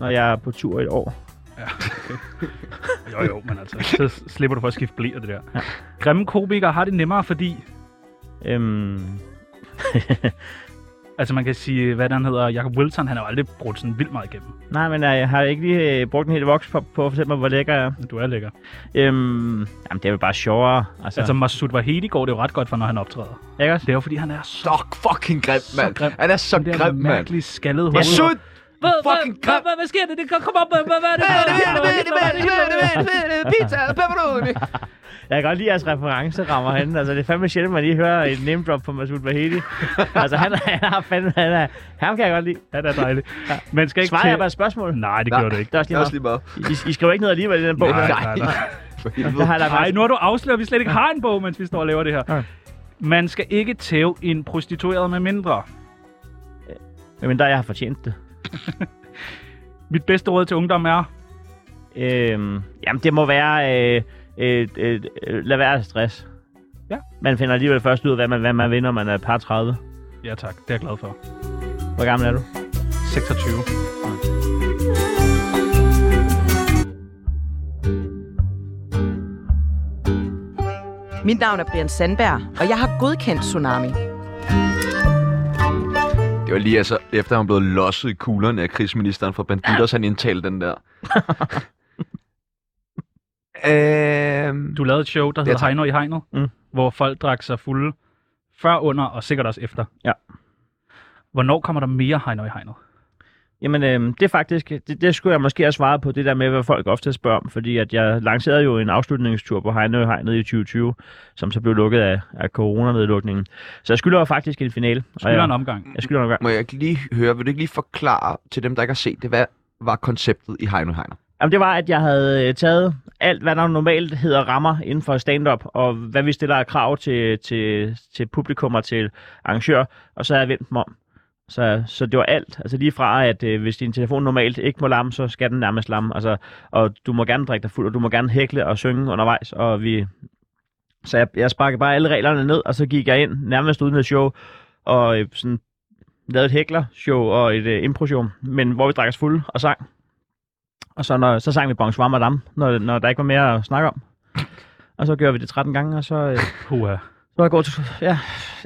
D: når jeg er på tur i et år.
E: Ja, okay. Jo, jo, men altså, så slipper du for at skifte blære det der. Grimme komikere har det nemmere, fordi...
D: Øhm...
E: altså, man kan sige, hvad den hedder, Jacob Wilson, han har jo aldrig brugt sådan vildt meget igennem.
D: Nej, men øh, jeg har ikke lige øh, brugt en hel voks på, på at fortælle mig, hvor lækker jeg er.
E: Du er lækker.
D: Øhm, jamen, det er jo bare sjovere.
E: Så. Altså, Masoud Vahedi går det jo ret godt for, når han optræder.
D: Ikke også?
E: Det er jo, fordi han er så
M: fucking grim, mand. Han er så grim, mand.
E: mærkelig skaldet hoved.
M: Jeg skyder
E: Hvad,
M: fucking grim.
E: Hvad, hvad sker det? Det kom op, hvad, hvad er det?
M: pepperoni.
D: Jeg kan godt lide jeres referencerammer herinde. Altså, det er fandme sjældent, man lige hører et name drop på Masoud Vahedi. altså, han, han har fandme... Han er, ham kan jeg godt lide.
E: Han er dejlig. Ja. Man skal ikke
D: Svarer
E: til- Mm.
D: jeg bare et spørgsmål?
E: Nej, det
D: Nej,
E: gør du ikke.
D: det er også lige Det er også
M: meget.
D: I, I skriver ikke noget alligevel i den bog.
E: Nej,
D: her.
E: nej, nej.
D: Der har der
E: Nej,
D: faktisk-
E: nu har du afsløret, at vi slet ikke har en bog, mens vi står og laver det her. Man skal ikke tæve en prostitueret med mindre.
D: Jamen, der jeg har fortjent det.
E: Mit bedste råd til ungdom er...
D: Øhm, jamen, det må være... Øh, øh, øh, øh, lad være at have stress.
E: Ja.
D: Man finder alligevel først ud af, hvad man, hvad man vil, når man er par 30.
E: Ja tak, det er jeg glad for.
D: Hvor gammel er du?
E: 26.
F: Mit navn er Brian Sandberg, og jeg har godkendt Tsunami.
A: Det var lige altså, efter han blev losset i kuglerne af krigsministeren fra Bandidos, han indtalte den der. øhm,
E: Du lavede et show, der
A: Ja,
E: hedder
A: tak.
E: Heino i Hegnet,
D: mm.
E: hvor folk drak sig fulde før, under og sikkert også efter.
D: Ja.
E: Hvornår kommer der mere Heino i Hegnet?
D: Jamen, øhm, det er faktisk, det, det skulle jeg måske have svaret på, det der med, hvad folk ofte spørger om, fordi at jeg lancerede jo en afslutningstur på Heino i Hegnet i 2020, som så blev lukket af, af coronanedlukningen. Så jeg skylder jo faktisk en finale. og
A: Skylder
D: jeg-
A: en omgang.
D: Jeg skylder en omgang.
A: må jeg ikke lige høre, vil du ikke lige forklare til dem, der ikke har set det, hvad var konceptet i Heino Heiner?
D: Jamen, det var, at jeg havde øh, taget alt, hvad der normalt hedder rammer inden for stand-up, og hvad vi stiller af krav til, til, til publikum og til arrangør, og så havde jeg vendt dem om. Så, så det var alt. Altså lige fra, at øh, hvis din telefon normalt ikke må lamme, så skal den nærmest lamme. Altså, og du må gerne drikke dig fuld, og du må gerne hækle og synge undervejs, og vi... Så jeg, jeg sparkede bare alle reglerne ned, og så gik jeg ind nærmest uden et show, og øh, sådan lavede et hækler-show og et øh, impro-show, men hvor vi drak os fulde og sang. Og så, når, så sang vi Bonsoir Madame, når, når der ikke var mere at snakke om. Og så gjorde vi det 13 gange, og så... Øh,
E: Uha.
D: så er godt. Ja.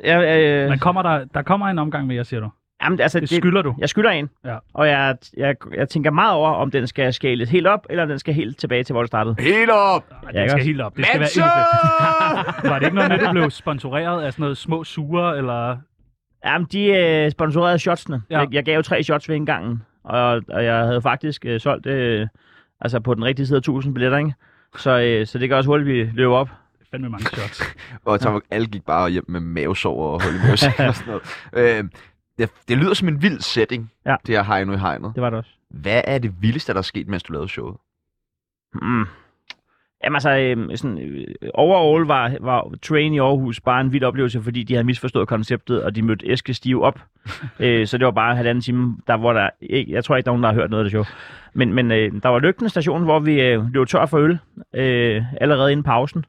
D: ja øh,
E: Men kommer der, der kommer en omgang mere, siger du?
D: Jamen, altså,
E: det, skylder du.
D: Jeg skylder en.
E: Ja.
D: Og jeg, jeg, jeg tænker meget over, om den skal skales helt op, eller om den skal helt tilbage til, hvor det startede.
A: Helt op!
E: Nej, den skal helt op. Det skal være endnu fedt. Var det ikke noget med, det blev sponsoreret af sådan noget små sure, eller...
D: Jamen, de øh, sponsorerede shotsene.
E: Ja.
D: Ja. Jeg, jeg gav jo tre shots ved indgangen, og, og jeg havde faktisk øh, solgt øh, altså på den rigtige side af 1000 billetter, ikke? Så, øh, så det kan også hurtigt blive løbe op.
E: Fandme mange shots.
A: Og Tom, alle gik bare hjem med mavesår og hul i mavesækken og sådan noget. Øhm, det, det lyder som en vild setting,
D: ja.
A: det her Heino i Hegnet.
D: Det var det også.
A: Hvad er det vildeste, der er sket, mens du lavede showet?
D: Mm. Jamen altså, øh, sådan, øh, overall var, var Train i Aarhus bare en vild oplevelse, fordi de havde misforstået konceptet, og de mødte Eske Stive op. øh, så det var bare en halvanden time, der, hvor der ikke, jeg tror ikke, der er nogen, der har hørt noget af det show. Men, men øh, der var Lygten station, hvor vi øh, løb tør for øl, øh, allerede inden pausen.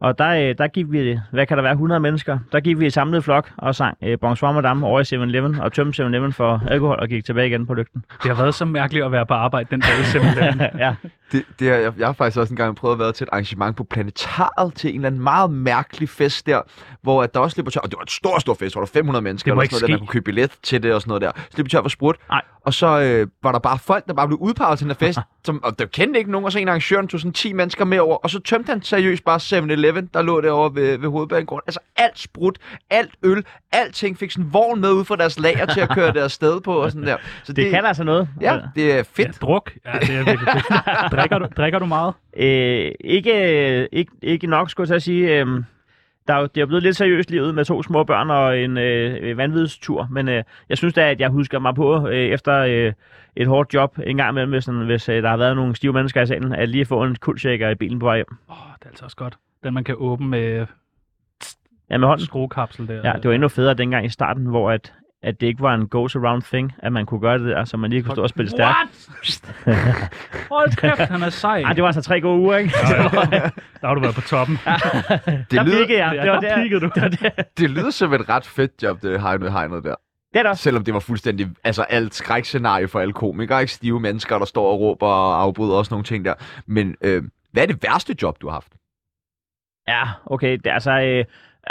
D: Og der, øh, der gik vi, hvad kan der være, 100 mennesker, der gik vi i samlet flok og sang øh, Bonsoir Madame over i 7-Eleven, og tømte 7-Eleven for alkohol og gik tilbage igen på Lygten.
E: Det har været så mærkeligt at være på arbejde den dag, simpelthen.
D: ja.
A: Det, det har, jeg, jeg har faktisk også engang prøvet at være til et arrangement på Planetaret til en eller anden meget mærkelig fest der, hvor at der også løber tør, og det var et stor, stor fest, hvor der var 500 mennesker,
E: Det må
A: eller
E: ikke
A: sådan noget, der, man
E: ske.
A: kunne købe billet til det og sådan noget der. Så løber tør for sprut, og så øh, var der bare folk, der bare blev udpeget til den her fest, som, og der kendte ikke nogen, og så en af arrangøren tog sådan 10 mennesker med over, og så tømte han seriøst bare 7-Eleven, der lå derovre ved, ved hovedbanegården. Altså alt sprut, alt øl, alting fik sådan en vogn med ud fra deres lager til at køre deres sted på og sådan der. Så
D: Det kan altså noget.
A: Ja, det er fedt. Ja,
E: druk. Ja, det er virkelig fedt. drikker, du, drikker du meget?
D: Øh, ikke, ikke, ikke nok, skulle jeg til at sige. Øh, der er, jo- det er blevet lidt seriøst livet med to små børn og en øh, vanvidstur, men øh, jeg synes da, at jeg husker mig på øh, efter øh, et hårdt job en gang imellem, hvis, sådan, hvis øh, der har været nogle stive mennesker i salen, at lige få en kuldshaker i bilen på vej hjem.
E: Det er altså også godt. Den, man kan åbne med
D: Ja, med hånden.
E: skruekapsel der.
D: Ja, det var endnu federe dengang i starten, hvor at, at det ikke var en goes around thing, at man kunne gøre det der, så man lige kunne stå og spille stærkt.
E: What? Hold kæft, han er sej.
D: Ej, det var altså tre gode uger, ikke?
E: der har du været på toppen.
A: Det
D: Der peakede jeg. Det var der-
E: peakede du.
A: det lyder som et ret fedt job, det Heino Hegnet der.
D: Det er
A: Selvom det var fuldstændig altså alt skrækscenarie for alle komikere, ikke stive mennesker, der står og råber og afbryder også nogle ting der. Men øh, hvad er det værste job, du har haft?
D: Ja, okay. Det, er altså, øh,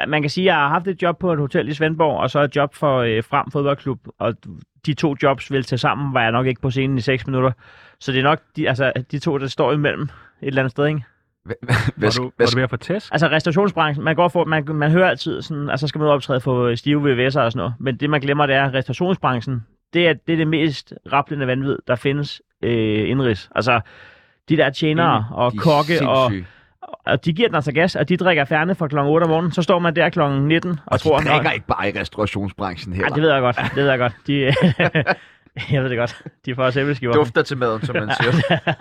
D: man kan sige, at jeg har haft et job på et hotel i Svendborg, og så et job for øh, Frem Fodboldklub, og de to jobs vil til sammen, var jeg nok ikke på scenen i 6 minutter. Så det er nok de, altså, de to, der står imellem et eller andet sted, ikke?
E: Var du, var du ved at få tæsk?
D: Altså restaurationsbranchen, man, går for, man, man hører altid, sådan, altså skal man ud og optræde for stive VVS'er og sådan noget, men det man glemmer, det er at restaurationsbranchen. Det er det, er det mest rablende vanvid, der findes øh, indrigs. Altså de der tjenere
B: Enig.
A: Mm,
D: og
B: De er
D: kokke og,
B: sindssyge.
D: og de giver den altså gas, og de drikker færne fra kl. 8 om morgenen, så står man der kl. 19 og,
A: Og de
D: tror...
A: drikker ikke bare i restaurationsbranchen
D: Ja,
A: heller.
D: det ved jeg godt, det ved jeg godt. De, jeg ved det godt, de får også æbleskiver.
A: Dufter til maden, som man siger.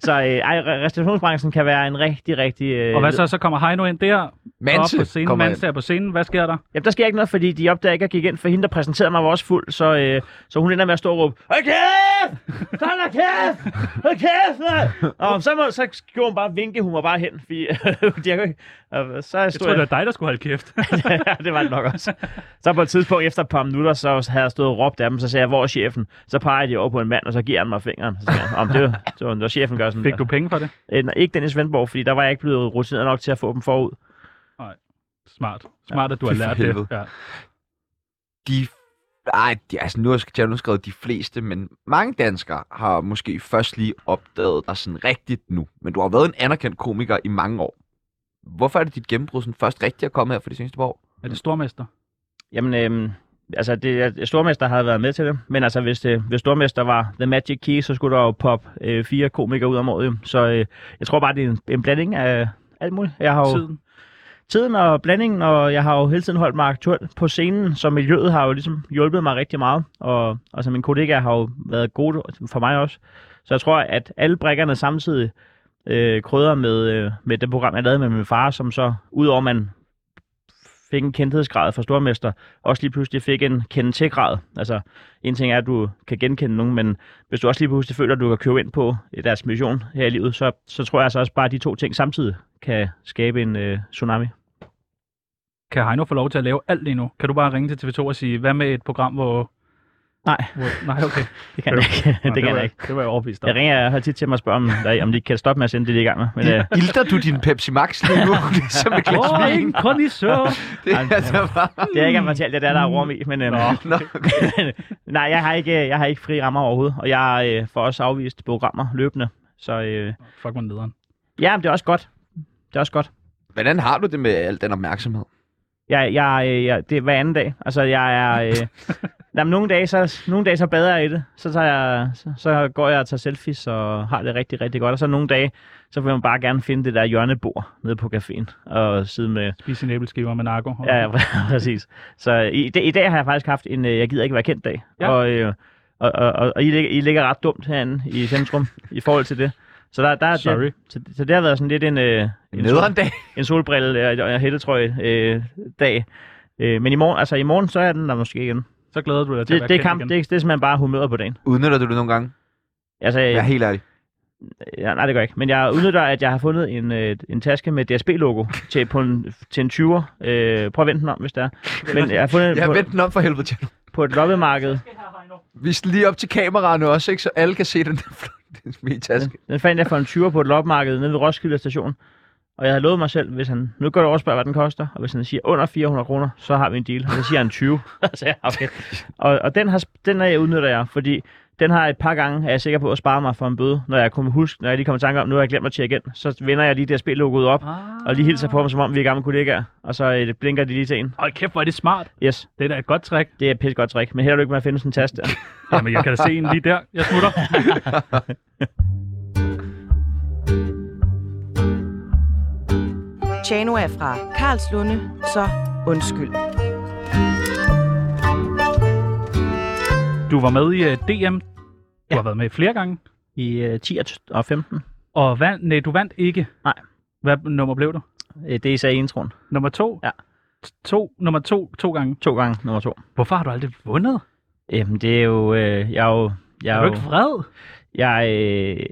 D: Så øh, ej, re- restaurationsbranchen kan være en rigtig, rigtig... Øh,
E: Og hvad så? Så kommer Heino ind der.
D: Manse
E: op på scenen.
D: kommer
E: Manse er på scenen. Hvad sker der?
D: Jamen, der sker ikke noget, fordi de opdager ikke, at jeg gik ind, for hende, der præsenterede mig, var også fuld, så, øh, så hun ender med at stå og råbe, Hold kæft! Hold da kæft! Hold kæft! mand!" Og så, må, så gjorde hun bare vinke, hun var bare hen, fordi de har jo ikke... Og så jeg
E: troede, det var dig, der skulle holde kæft.
D: ja, det var det nok også. Så på et tidspunkt, efter et par minutter, så havde jeg stået og råbt af dem, så sagde jeg, hvor er chefen? Så peger de over på en mand, og så giver han mig fingeren. Så sagde jeg, om det var, det var, når chefen gør sådan
E: Fik
D: der."
E: du penge for det?
D: Øh, nej, ikke den i Svendborg, fordi der var jeg ikke blevet rutineret nok til at få dem forud.
E: Nej. Smart. Smart, at du
D: Fy
E: har
D: for
E: lært
D: helvede.
E: det. Ja.
A: de... Ej, de, altså nu har jeg jo nu skrevet de fleste, men mange danskere har måske først lige opdaget dig sådan rigtigt nu. Men du har været en anerkendt komiker i mange år. Hvorfor er det dit gennembrud sådan først rigtigt at komme her for de seneste par år?
E: Er det stormester?
D: Jamen, øhm, altså, det, Stormester havde været med til det, men altså, hvis, det, hvis Stormester var The Magic Key, så skulle der jo pop øh, fire komikere ud om året. jo. Så øh, jeg tror bare, det er en, en blanding af alt muligt. Jeg har jo,
E: Tiden.
D: Tiden og blandingen, og jeg har jo hele tiden holdt mig aktuel på scenen, så miljøet har jo ligesom hjulpet mig rigtig meget, og, og så mine kollegaer har jo været gode for mig også. Så jeg tror, at alle brækkerne samtidig øh, krydder med, øh, med det program, jeg lavede med min far, som så, udover man fik en kendthedsgrad fra stormester, også lige pludselig fik en kende til grad. Altså, en ting er, at du kan genkende nogen, men hvis du også lige pludselig føler, at du kan købe ind på øh, deres mission her i livet, så, så tror jeg altså også bare, at de to ting samtidig kan skabe en øh, tsunami.
E: Kan Heino få lov til at lave alt lige nu? Kan du bare ringe til TV2 og sige, hvad med et program, hvor...
D: Nej.
E: Hvor... Nej, okay.
D: Det kan jeg ikke.
E: Nå,
D: det, kan
E: var,
D: jeg ikke.
E: Det var jeg overbevist om.
D: Jeg ringer jeg har tit til mig og spørger, om, der- om de kan stoppe med at sende det, de er i gang med. Men, øh,
A: Ilter du din Pepsi Max lige nu, ligesom et glas
E: Åh,
A: vin?
E: ikke kun i søvn.
A: Det er altså bare...
D: det er ikke engang fortalt, at det er der er rum i. Men, øhm,
A: Nå, nå.
D: nej, jeg har, ikke, øh, jeg har ikke fri rammer overhovedet, og jeg øh, får også afvist programmer løbende. Så øh,
E: Fuck, hvor nederen.
D: ja, men det er også godt. Det er også godt.
A: Hvordan har du det med al den opmærksomhed?
D: Jeg, jeg, øh, jeg, det er hver anden dag. Altså, jeg er... Øh, jamen, nogle, dage, så, nogle dage så bader jeg i det. Så, tager jeg, så, så går jeg og tager selfies og har det rigtig, rigtig godt. Og så nogle dage, så vil man bare gerne finde det der hjørnebord nede på caféen og sidde med...
E: Spise en æbleskiver med narko.
D: Ja, ja, præcis. Så øh, i, i dag har jeg faktisk haft en øh, jeg gider ikke være kendt dag.
E: Ja.
D: Ja. Og, øh, og, og, og, og I, ligger, I ligger ret dumt herinde i centrum i forhold til det. Så der, der er
E: Sorry.
D: Det, så, så det har været sådan lidt en... Øh, en,
A: nederen dag.
D: En solbrille øh, og en hættetrøje øh, dag. Øh, men i morgen, altså i morgen, så er den der måske igen.
E: Så glæder du dig til
D: Det,
E: at være
D: det, er
E: kendt
D: kamp,
E: igen.
D: det, er- det er simpelthen bare humøret på dagen.
A: Udnytter du det nogle gange?
D: Altså, jeg
A: er helt ærlig.
D: Ja, nej, det gør jeg ikke. Men jeg udnytter, at jeg har fundet en, øh, en taske med DSB-logo til, på en, til en 20'er. Øh, prøv at vente den om, hvis der er. Men jeg har fundet
A: Jeg
D: på,
A: vent den om for helvede, Tjerno.
D: på et loppemarked.
A: Vi skal lige op til kameraerne også, ikke? Så alle kan se den der flotte min taske.
D: Den fandt jeg for en 20'er på et loppemarked nede ved Roskilde station. Og jeg havde lovet mig selv, hvis han... Nu går det over og spørger, hvad den koster. Og hvis han siger under 400 kroner, så har vi en deal. Og så siger han 20. Og så er jeg, okay. Og, og den, har, den er, udnytter jeg, fordi den har et par gange, er jeg sikker på at spare mig for en bøde, når jeg kunne huske, når jeg lige kommer i tanke om, nu har jeg glemt at tjekke ind, så vender jeg lige det spil-logoet op,
E: Ah.
D: og lige hilser på dem, som om vi er gamle kollegaer, og så øh, blinker de lige til en.
E: Hold kæft, hvor er det smart.
D: Yes.
E: Det er da et godt trick.
D: Det er et pisse godt trick, men held og lykke med at finde sådan en taske der.
E: Jamen, jeg kan da se en lige der. Jeg smutter.
F: Tjano er fra Karlslunde, så undskyld.
E: Du var med i øh, DM. Du ja. har været med flere gange.
D: I øh, 10 og 15.
E: Og vand, nej, du vandt ikke.
D: Nej.
E: Hvad nummer blev du?
D: Øh, Det er især i introen.
E: Nummer to?
D: Ja.
E: To, nummer to, to gange.
D: To gange nummer to.
E: Hvorfor har du aldrig vundet?
D: Jamen, det er jo... Øh, jeg er jo... Jeg
E: Er
D: er
E: du
D: jo,
E: ikke vred?
D: jeg, øh,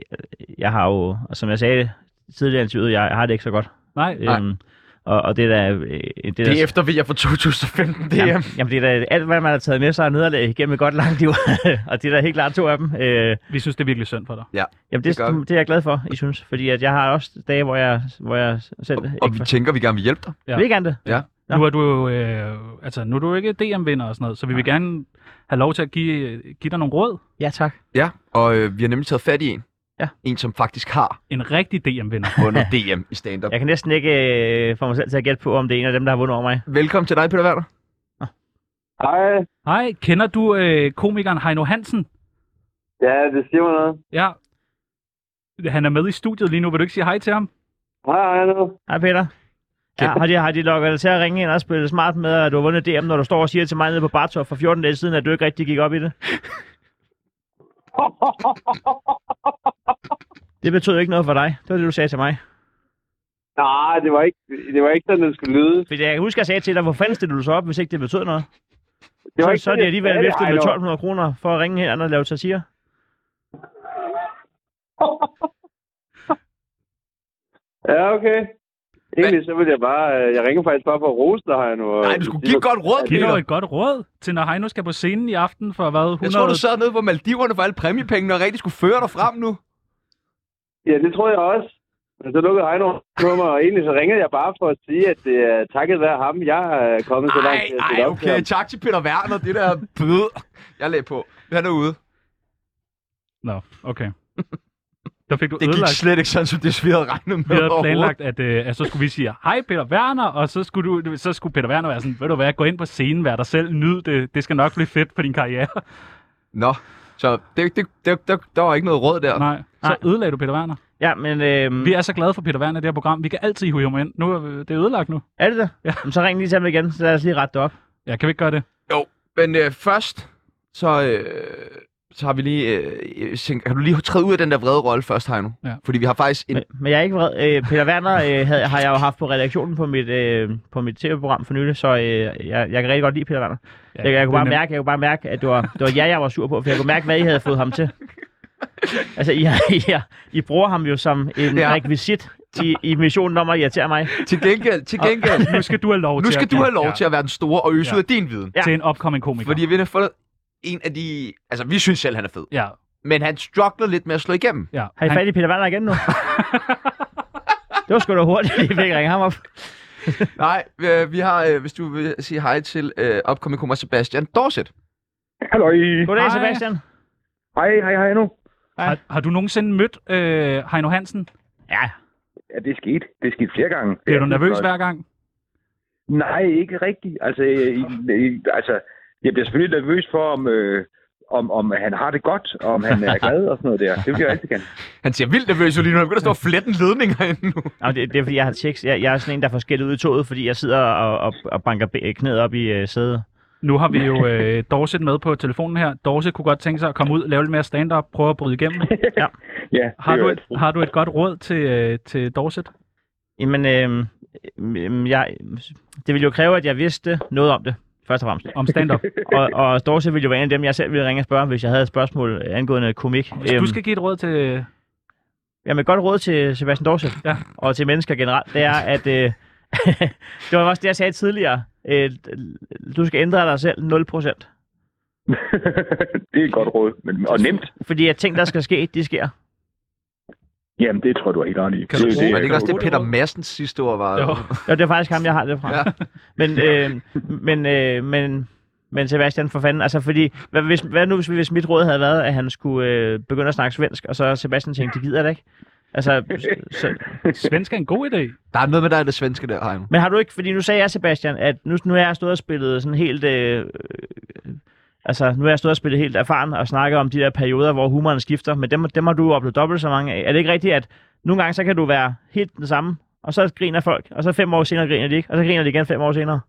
D: jeg har jo, og som jeg sagde tidligere i interviewet, jeg har det ikke så godt.
E: Nej.
D: Øhm, og, og det der... Øh, det,
A: Det er efter vi er fra 2015, det er...
D: Jamen, jamen, det er da alt, hvad man har taget med sig af nederlag gennem et godt langt liv. og det er da helt klart to af dem. Øh,
E: Vi synes, det er virkelig synd for dig.
A: Ja,
D: jamen, det,
A: gør vi.
D: det, det, er jeg glad for, I synes. Fordi at jeg har også dage, hvor jeg, hvor jeg selv...
A: Og vi tænker, vi gerne vil hjælpe dig.
D: Vil I gerne det?
A: Ja.
E: Nu er du jo øh, altså, nu er du jo ikke DM-vinder og sådan noget, så vi vil gerne have lov til at give, øh, give dig nogle råd.
D: Ja, tak.
A: Ja, og øh, vi har nemlig taget fat i en.
D: Ja.
A: En, som faktisk har
E: En rigtig DM-vinder.
A: vundet DM i stand-up.
D: Jeg kan næsten ikke øh, få mig selv til at gætte på, om det er en af dem, der har vundet over mig.
A: Velkommen til dig, Peter Werner.
N: Hej.
E: Hej, kender du øh, komikeren Heino Hansen?
N: Ja, det siger mig noget.
E: Ja. Han er med i studiet lige nu. Vil du ikke sige hej til ham?
N: Hej, hej nu.
D: Hej Peter. Ja, har, de, har de lokket dig til at ringe ind og spille smart med, at du har vundet DM, når du står og siger til mig nede på Bartov for 14 dage siden, at du ikke rigtig gik op i det? Det betød ikke noget for dig. Det var det, du sagde til mig.
N: Nej, det var ikke, det var ikke sådan, den skulle lyde.
D: Fordi jeg husker, jeg sagde til dig, hvor fanden stillede du så op, hvis ikke det betød noget?
N: Det var
D: så,
N: ikke
D: så er
N: det,
D: det
N: jeg
D: alligevel
N: sagde.
D: viftet
N: Ej,
D: med
N: det var-
D: 1200 kroner for at ringe her og lave satire.
N: Ja, okay. Egentlig så vil jeg bare... øh, Jeg ringer faktisk bare for at rose dig her nu. Nej, du skulle give et godt råd,
E: Giv dog et godt råd til, når Heino skal på scenen i aften for hvad? 100...
A: Jeg tror, du sad nede på Maldiverne for alle præmiepengene og rigtig skulle føre dig frem nu.
N: Ja, det troede jeg også. Men så lukkede Heino på mig, og egentlig så ringede jeg bare for at sige, at det er takket være ham, jeg er kommet så langt. til at stille
A: Ej,
N: op til ham.
A: okay. Tak til Peter Werner. Det der bøde. Jeg lagde på. Han er ude.
E: Nå, okay. Der fik du
A: Det gik
E: ødelagt.
A: slet ikke sådan, som det vi havde regnet med.
E: Vi havde
A: overhovedet.
E: planlagt, at, øh, at så skulle vi sige, hej Peter Werner, og så skulle, du, så skulle Peter Werner være sådan, ved du hvad, gå ind på scenen, vær dig selv, nyd det, det skal nok blive fedt på din karriere.
A: Nå, så det, det, det, der, der var ikke noget råd der.
E: Nej, så ødelagde du Peter Werner.
D: Ja, men...
A: Mm.
D: Øh...
E: Vi er så glade for Peter Werner i det her program, vi kan altid hive ham ind. Nu er vi- det er ødelagt nu.
D: Er det det?
E: Ja.
D: Jamen, så ring lige til ham igen, så lad os lige rette det op.
E: Ja, kan vi ikke gøre det?
A: Jo, men øh, først, så, øh, så har vi lige... Øh, tænkt- kan du lige træde ud af den der vrede rolle først, Heino?
E: Ja.
A: Fordi vi har faktisk en...
D: Men jeg er ikke vred. Øh, Peter Werner øh, havde, har jeg jo haft på redaktionen på mit, øh, på mit tv-program for nylig, så øh, jeg, jeg kan rigtig godt lide Peter Werner.
E: Ja,
D: Ja, jeg, jeg,
E: det
D: kunne
E: er
D: bare
E: nemt.
D: mærke, jeg kunne bare mærke, at det var, det var jer, jeg var sur på, for jeg kunne mærke, hvad I havde fået ham til. Altså, I, har- I, har- I bruger ham jo som en
A: Ja.
D: ja. rekvisit i, i missionen om at irritere mig.
A: Til gengæld, til gengæld,
E: Nu skal du have lov
A: nu
E: til
A: skal
E: at
A: du
E: give-
A: have lov
E: ja.
A: til at være den store og øse
E: Ja.
A: ud af din viden.
E: Til en opkommende komiker.
A: Fordi vi har fået en af de... Altså, vi synes selv, han er fed.
E: Ja,
A: Men han struggler lidt med at slå igennem.
E: ja.
D: Har I fat i Peter Werner igen nu? det var sgu da hurtigt, at I fik ringe ham op.
A: Nej, øh, vi har, øh, hvis du vil sige hej til øh, opkommende kommer Sebastian Dorset.
O: Hallo.
D: Goddag,
E: Hej.
D: Sebastian.
O: Hej, hej, hej nu.
E: Har, har du nogensinde mødt øh, Heino Hansen?
D: Ja.
O: Ja, det er sket. Det er sket flere gange.
E: Bliver du nervøs
O: hver
E: hver gang?
O: Nej, ikke rigtigt. Altså, øh, i- i- altså jeg bliver selvfølgelig nervøs for, om, øh, om, om han har det godt, og om han er glad og sådan noget der. Det vil jeg altid gerne.
A: Han ser vildt nervøs ud lige nu. Han begynder at stå og flette en ledning herinde nu.
D: Nå, det, det er, fordi jeg har checks. Jeg, jeg er sådan en, der får skæld ud i toget, fordi jeg sidder og, og, og banker be- knæet op i øh, sædet.
E: Nu har vi jo øh, Dorset med på telefonen her. Dorset kunne godt tænke sig at komme ud, lave lidt mere stand-up, prøve at bryde igennem.
D: Ja.
O: ja
E: har, du et, har du et godt råd til, øh, til Dorset?
D: Jamen, øh, øh, jeg, det ville jo kræve, at jeg vidste noget om det, først og fremmest.
E: Om stand-up.
D: og, og Dorset ville jo være en af dem, jeg selv ville ringe og spørge, hvis jeg havde et spørgsmål øh, angående komik. Øhm,
E: Hvis du skal give et råd til...
D: Jamen, et godt råd til Sebastian Dorset
E: ja.
D: og til mennesker generelt, det er, at... Øh, det var også det, jeg sagde tidligere. Øh, du skal ændre dig selv 0%.
O: Det er et godt råd, men, og nemt.
D: Fordi at ting, der skal ske, de sker.
O: Jamen, det tror jeg, du er helt ret i.
A: Kan du bruge, er det ikke også
O: kan
A: det,
O: du-
A: Peter Madsens sidste ord var? Jo.
D: Jo, det er faktisk ham, jeg har det fra.
A: Ja.
D: Ja. Men, øh, men, øh, men, men Sebastian, for fanden, altså fordi, hvad, hvis, hvad nu hvis, hvis mit råd havde været, at han skulle øh, begynde at snakke svensk, og så Sebastian tænkte, det gider det ikke? Altså, s- så,
E: Svensk er en god idé.
A: Der er noget med dig, og det svenske der, Heino.
D: men har du ikke, fordi nu sagde jeg, Sebastian, at nu, nu er jeg stået og spillet sådan helt, øh, øh, altså nu er jeg stået og spillet helt erfaren og snakker om de der perioder, hvor humoren skifter, men dem, dem har du oplevet dobbelt så mange af. Er det ikke rigtigt, at nogle gange, så kan du være helt den samme, og så griner folk, og så fem år senere griner de ikke, og så griner de igen fem år senere?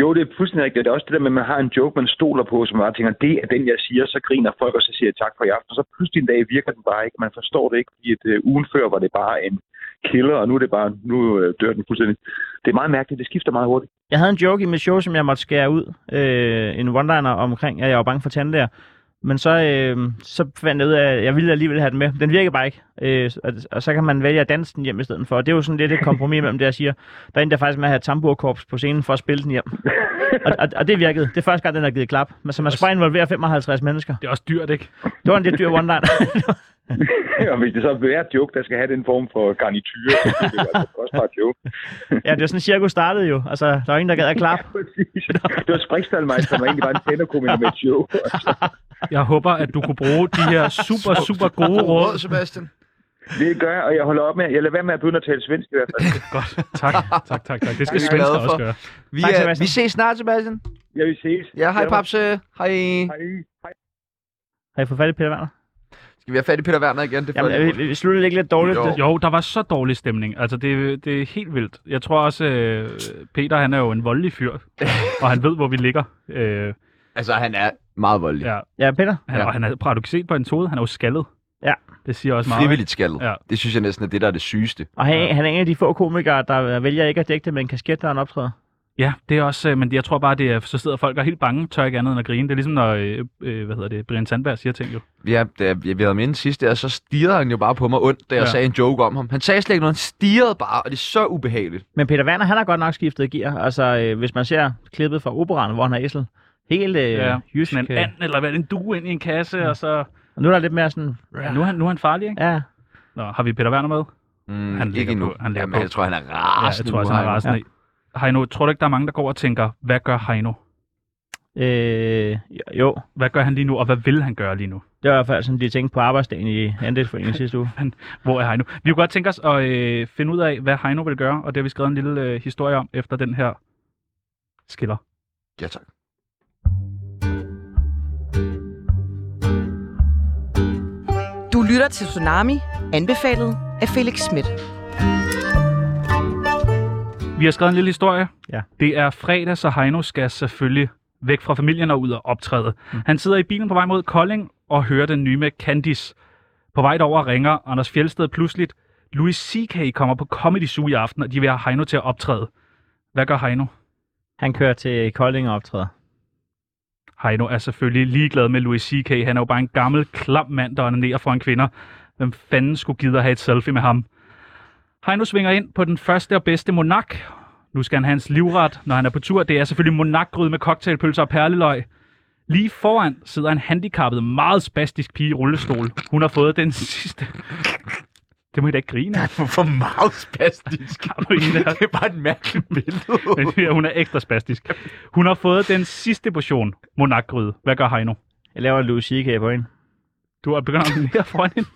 O: Jo, det er fuldstændig rigtigt. Det er også det der med, at man har en joke, man stoler på, som man tænker, det er den, jeg siger, så griner folk, og så siger jeg tak for i aften. Og så pludselig en dag virker den bare ikke. Man forstår det ikke, fordi at, øh, ugen før var det bare en killer, og nu er det bare, nu øh, dør den fuldstændig. Det er meget mærkeligt, det skifter meget hurtigt.
D: Jeg havde en joke i mit show, som jeg måtte skære ud. Øh, en one-liner omkring, at jeg var bange for tandlæger. Men så, øh, så fandt jeg ud af, at jeg ville alligevel have den med. Den virker bare ikke. Øh, og, og, så kan man vælge at danse den hjem i stedet for. Og det er jo sådan lidt et kompromis mellem det, jeg siger. Der endte jeg faktisk med at have et tamburkorps på scenen for at spille den hjem. Og, og, og det virkede. Det er første gang, den har givet klap. Men så man skal bare involvere 55 mennesker.
E: Det er også dyrt, ikke?
D: Det var en lidt dyr one-liner.
O: og hvis det så er hver joke, der skal have den form for garnityr, så er det altså også bare et joke.
D: ja, det var sådan, cirkus startede jo. Altså, der var ingen, der gad at klappe.
O: Det var Sprikstallmeister, som egentlig var en tænderkomiker med et show.
E: Jeg håber, at du kunne bruge de her super, super gode råd.
A: Sebastian.
O: Det gør jeg, og jeg holder op med, jeg lader være med at begynde at tale svensk i hvert fald.
E: Godt. Tak, tak, tak, tak. Det
A: er
E: skal
A: vi
E: svensker
A: glade
E: også
A: for.
E: gøre.
A: Vi,
E: Tak,
A: er,
E: Sebastian.
A: vi ses snart, Sebastian.
O: Ja, vi ses.
A: Ja, hej Papse. Hej.
D: Har I fået fat i Peter Werner?
A: Skal vi have fat i Peter Werner igen? Det får
D: Jamen, øh,
A: jeg-
D: vi, vi sluttede ikke lidt dårligt.
E: Jo. jo, der var så dårlig stemning. Altså, det, det er helt vildt. Jeg tror også, øh, Peter han er jo en voldelig fyr, og han ved, hvor vi ligger. Øh,
A: altså, han er meget voldelig.
E: Ja,
D: Ja, Peter?
E: han, ja. Og han er, har du set på en tode? Han er jo skaldet.
D: Ja.
E: Det siger også meget.
A: Frivilligt skaldet.
E: Ja.
A: Det synes jeg næsten er det, der er det sygeste.
D: Og han, ja. han er en af de få komikere, der vælger ikke at dække det med en kasket, når han optræder.
E: Ja, det er også, øh, men jeg tror bare, det er, så sidder folk og er helt bange, tør ikke andet end at grine. Det er ligesom, når, øh, øh, hvad hedder det, Brian Sandberg siger ting jo.
A: Ja, da jeg havde med inden sidste, og så stirrede han jo bare på mig ondt, da jeg
E: Ja.
A: ja. sagde en joke om ham. Han sagde slet ikke noget, han stirrede bare, og det er så ubehageligt.
D: Men Peter Werner, han har godt nok skiftet gear. Altså, øh, hvis man ser klippet fra operan, hvor han har æsel. Helt øh, ja. jysk.
E: Sådan en
D: øh,
E: and, eller hvad, en due ind i en kasse, ja. og så...
D: Og nu er der lidt mere sådan...
E: Ja, nu, er han, nu er han farlig, ikke?
D: Ja.
E: Nå, har vi Peter Werner med? Mm, han ikke endnu. På, han Jamen, på. jeg
A: tror, han er
E: Ja, jeg
A: rasende
E: tror,
A: nu,
E: også, han er
A: Heino.
E: rasende. Ja. Heino, tror du ikke, der er mange, der går og tænker, hvad gør Heino?
D: Øh, jo.
E: Hvad gør han lige nu, og hvad vil han gøre lige nu?
D: Det var i hvert fald sådan, de tænkte på arbejdsdagen i andelsforeningen sidste uge.
E: Hvor er Heino? Vi kunne godt tænke os at øh, finde ud af, hvad Heino vil gøre, og det har vi skrevet en lille øh, historie om efter den her skiller.
A: Ja, tak.
F: Du lytter til Tsunami, anbefalet af Felix Schmidt.
E: Vi har skrevet en lille historie.
D: Ja.
E: Det er fredag, så Heino skal selvfølgelig væk fra familien og ud og optræde. Mm. Han sidder i bilen på vej mod Kolding og hører den nye med Candice. På vej derover ringer Anders Fjelsted pludseligt. Louis C.K. kommer på Comedy Zoo i aften, og de vil have Heino til at optræde. Hvad gør Heino?
D: Han kører til Kolding og optræder.
E: Heino er selvfølgelig ligeglad med Louis C.K. Han er jo bare en gammel, klam mand, der onanerer foran kvinder. Hvem fanden skulle gide at have et selfie med ham? Heino svinger ind på den første og bedste Monark. Nu skal han have hans livret, når han er på tur. Det er selvfølgelig monarkgrød med cocktailpølser og perleløg. Lige foran sidder en handicappet, meget spastisk pige i rullestol. Hun har fået den sidste... Det må I da ikke grine af.
A: For meget spastisk.
E: det
A: er bare et mærkeligt billede.
E: Men ja, hun er ekstra spastisk. Hun har fået den sidste portion monarkgrød. Hvad gør Heino?
D: Jeg laver en Louis C.K. på hende.
E: Du er begyndt at mere foran hende.